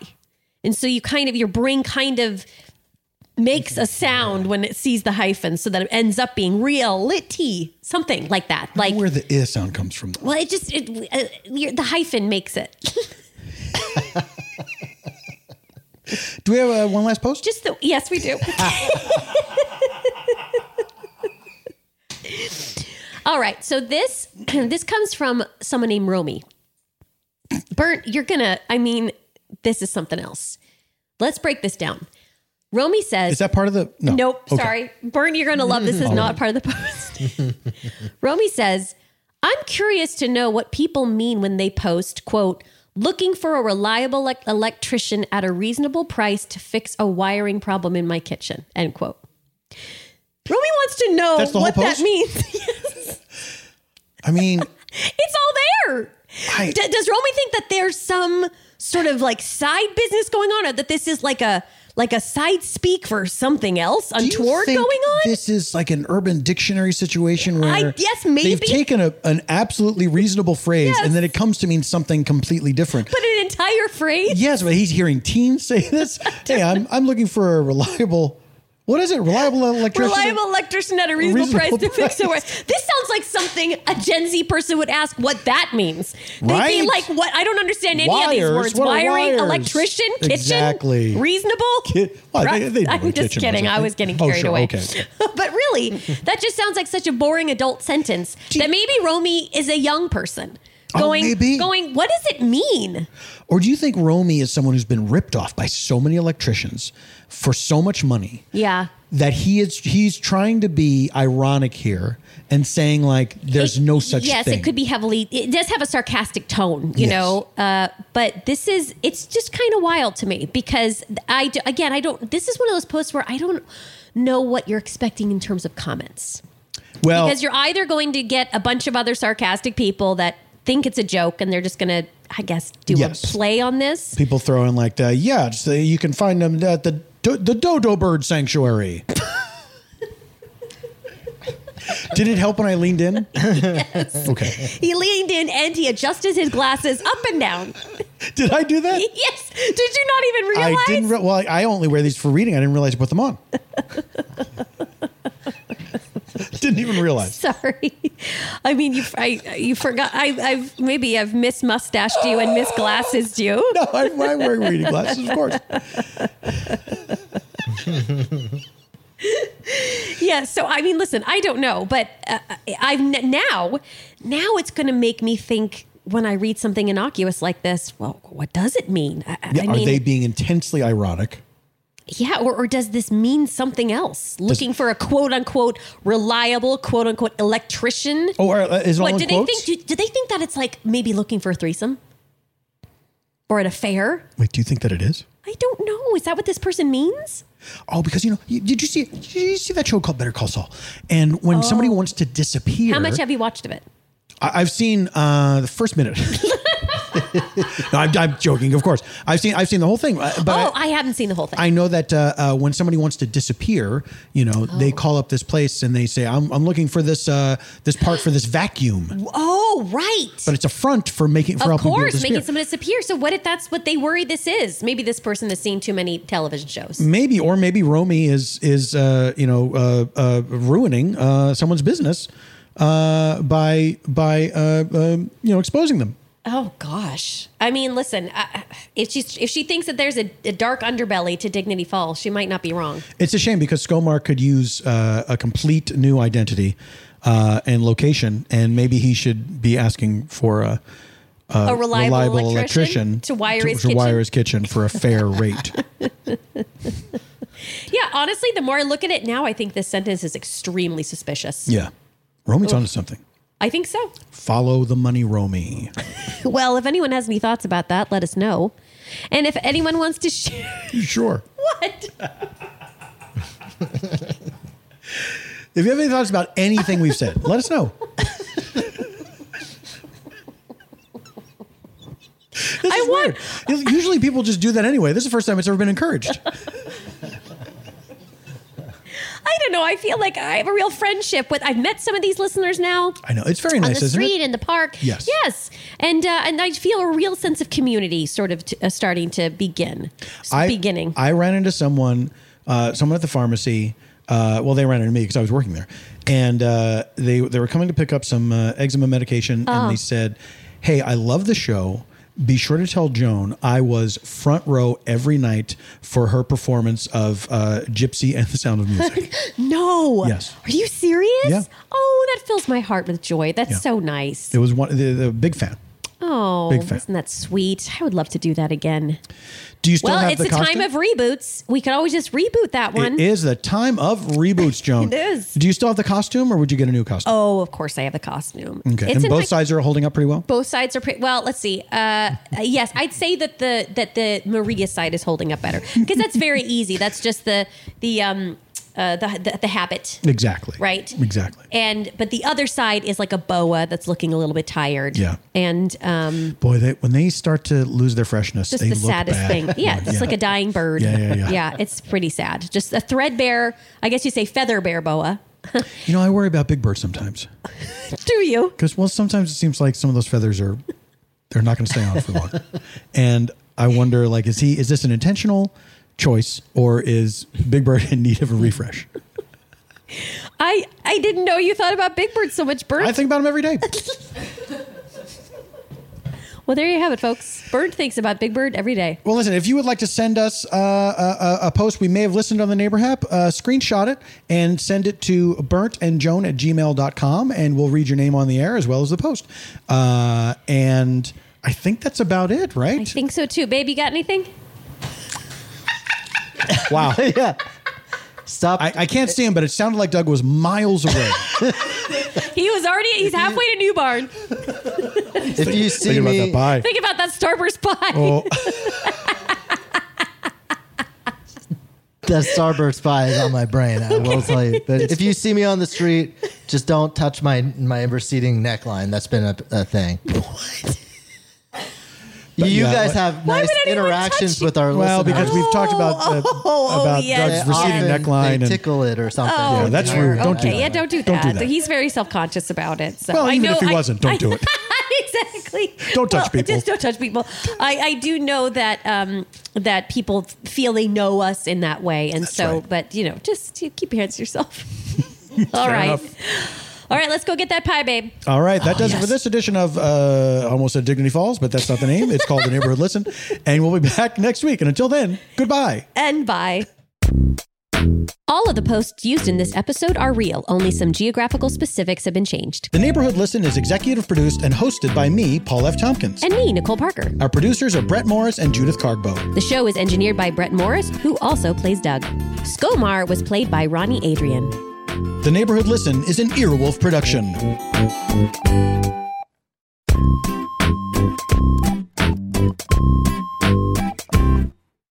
And so you kind of, your brain kind of makes a sound when it sees the hyphen so that it ends up being real lit tea, something like that. Like,
Where the "i" sound comes from.
well, it just, it, uh, your- the hyphen makes it.
Do we have uh, one last post?
Just the, yes, we do. All right. So this this comes from someone named Romy. Bert, you're gonna. I mean, this is something else. Let's break this down. Romy says,
Is that part of the? No.
Nope.
Okay.
Sorry. Burn, you're going to love this. is not part of the post. Romy says, I'm curious to know what people mean when they post, quote, Looking for a reliable elec electrician at a reasonable price to fix a wiring problem in my kitchen. End quote. Romy wants to know
That's the whole
what that
post?
means. Yes.
I mean,
It's all there.
I-
D- does Romy think that there's some sort of like side business going on, or that this is like a like a side speak for something else
do you
untoward going
think
on?
This is like an urban dictionary situation where
I- yes, maybe.
they've taken a, an absolutely reasonable phrase and then it comes to mean something completely different.
but an entire phrase.
yes, but he's hearing teens say this. hey, I'm I'm looking for a reliable. What is it? Reliable electrician.
Reliable electrician at a reasonable,
Reasonable
price to fix the
price.
worst. This sounds like something a Gen Z person would ask what that means. They'd
Right?
be like, what? I don't understand any of these
Wires?
words.
What are
Wiring,
wires?
electrician, kitchen.
Exactly.
Reasonable.
Ki- well, they- they know
I'm
what
just
kitchen
kidding.
was, I
I was
think.
getting
Oh,
carried
sure.
away.
Okay.
but really, that just sounds like such a boring adult sentence that maybe Romy is a young person.
Oh,
Going,
maybe.
going, what does it mean?
Or do you think Romy is someone who's been ripped off by so many electricians for so much money
Yeah.
that he is he's trying to be ironic here and saying like there's
It-
no such
yes,
thing.
it could be heavily. It does have a sarcastic tone, you
Yes.
know. Uh, but this is it's just kind of wild to me because I d- again I don't. This is one of those posts where I don't know what you're expecting in terms of comments
well,
because you're either going to get a bunch of other sarcastic people that think it's a joke and they're just going to I guess do
Yes.
a play on this.
people throw in like, uh, yeah, just, uh, you can find them at the do- the dodo bird sanctuary. Did it help when I leaned in? Okay.
He leaned in and he adjusted his glasses up and down.
Did I do that?
yes, did you not even realize?
I didn't. Re- well, I- I only wear these for reading. I didn't realize I put them on. didn't even realize.
Sorry, I mean you. I you forgot. I, I've maybe I've miss mustached you and miss glasses you.
No, I, I wear reading glasses, of course.
Yeah. So I mean, listen. I don't know, but uh, I've n- now. Now it's going to make me think when I read something innocuous like this. Well, what does it mean? I, I- I
Are
mean,
they being intensely ironic?
yeah. Or, or does this mean something else? Looking for a quote unquote reliable quote unquote electrician.
Oh, are, uh, is it all
What
in
do they
quotes?
think? Do, do they think that it's like maybe looking for a threesome or an affair?
Wait, do you think that it is?
I don't know. Is that what this person means?
Oh, because you know, you, did you see? Did you see that show called Better Call Saul? And when somebody wants to disappear,
Oh. How much have you watched of it?
I, I've seen uh, the first minute. no, I'm, I'm joking, of course. I've seen I've seen the whole thing, uh, but
oh,
I,
I, haven't seen the whole thing.
I know that uh, uh, when somebody wants to disappear, you know, they
Oh.
call up this place and they say, "I'm, I'm looking for this uh, this part for this vacuum,"
oh, right.
but it's a front for making for
of
helping people
course,
disappear.
making someone disappear. So what if that's what they worry this is? Maybe this person has seen too many television shows.
maybe or maybe Romy is is uh, you know uh, uh, ruining uh, someone's business uh, by by uh, um, you know exposing them.
Oh gosh. I mean, listen. I, if she if she thinks that there's a, a dark underbelly to Dignity Falls, she might not be wrong.
It's a shame because Skomark could use uh, a complete new identity uh, and location, and maybe he should be asking for a, Uh,
a reliable,
reliable
electrician,
electrician
to wire his
to
kitchen.
wire his kitchen for a fair rate.
Yeah, honestly, the more I look at it now, I think this sentence is extremely suspicious.
yeah, Romy's onto something.
I think so.
Follow the money, Romy.
Well, if anyone has any thoughts about that, let us know. And if anyone wants to share
sure.
what
If you have any thoughts about anything we've said, let us know. This
I
is
want,
weird. Usually people just do that anyway. This is the first time it's ever been encouraged.
I don't know. I feel like I have a real friendship with. I've met some of these listeners now
I know. It's very
on
nice,
the
isn't
street
it?
in the park.
Yes.
yes, and uh, and I feel a real sense of community, sort of t- uh, starting to begin. S-
I,
beginning.
I ran into someone, uh, someone at the pharmacy. Uh, well, they ran into me because I was working there, and uh, they they were coming to pick up some uh, eczema medication, and
Uh-huh.
they said, "Hey, I love the show." Be sure to tell Joan I was front row every night for her performance of uh, Gypsy and the Sound of Music.
no.
Yes.
Are you serious?
Yeah.
Oh, that fills my heart with joy. That's
Yeah.
so nice.
it was one the, the big fan.
Oh,
Big fan.
isn't that sweet? I would love to do that again.
Do you still
well,
have
it's
the
a time
costume?
of reboots. We could always just reboot that one.
It is the time of reboots, Joan.
It is.
Do you still have the costume, or would you get a new costume?
Oh, of course, I have the costume.
okay.
It's
and
in
both
my-
sides are holding up pretty well.
both sides are pretty well let's see uh yes i'd say that the that the maria side is holding up better because that's very easy that's just the the um uh the the, the habit
Exactly.
Right.
Exactly.
and but the other side is like a boa that's looking a little bit tired
Yeah.
and um
Boy, they, when they start to lose their freshness,
just
they
the
look
saddest
bad.
thing yeah it's like a dying bird
Yeah, yeah, yeah.
it's pretty sad just a threadbare i guess you say feather bear boa
You know, I worry about Big Bird sometimes
do you
because well, sometimes it seems like some of those feathers are they're not going to stay on for long, and I wonder like is he is this an intentional choice or is Big Bird in need of a refresh?
i i didn't know you thought about big bird so much bird
I think about him every day.
well there you have it folks bird thinks about big bird every day
Well, listen, if you would like to send us uh, a, a- a post we may have listened on the Neighbor Hap, uh, screenshot it and send it to burnt and joan at gmail.com, and we'll read your name on the air as well as the post. Uh, and I think that's about it,
I
right?
think so too. Babe, you got anything?
wow.
yeah. Stop.
I, I can't see him, but it sounded like Doug was miles away.
He was already, he's halfway to New Barn.
if you see
about
me,
that pie.
Think about that Starburst pie.
Oh,
that Starburst pie is on my brain. I will tell you. But if you see me on the street, just don't touch my my receding neckline. That's been a, a thing. You
yeah,
guys
what-
have
Why
nice
would anyone touch
interactions
you?
with our
well,
listeners.
because we've talked about uh,
Oh,
about Doug's
yes,
They
receding
often-
neckline
They
and
tickle it or something.
Yeah, that's
Or-
rude. Don't do
okay.
that.
Yeah, don't do that.
Don't do that.
He's very self conscious about it. So
Well,
I
even
know,
if he
I-
wasn't, don't
I-
do it.
exactly.
Don't touch
Well,
people.
Just don't touch people. I, I do know that um, that people feel they know us in that way, and so,
right.
but you know, just you keep your hands to yourself. All right,
enough.
all right. Let's go get that pie, babe.
All right, that does it for
yes.
this edition of uh, Almost at Dignity Falls, but that's not the name. It's called The Neighborhood Listen. And we'll be back next week. And until then, goodbye.
and bye. All of the posts used in this episode are real, only some geographical specifics have been changed.
The Neighborhood Listen is executive produced and hosted by me, Paul F. Tompkins.
And me, Nicole Parker.
Our producers are Brett Morris and Judith Cargbo.
The show is engineered by Brett Morris, who also plays Doug. Skomar was played by Ronnie Adrian.
The Neighborhood Listen is an Earwolf production.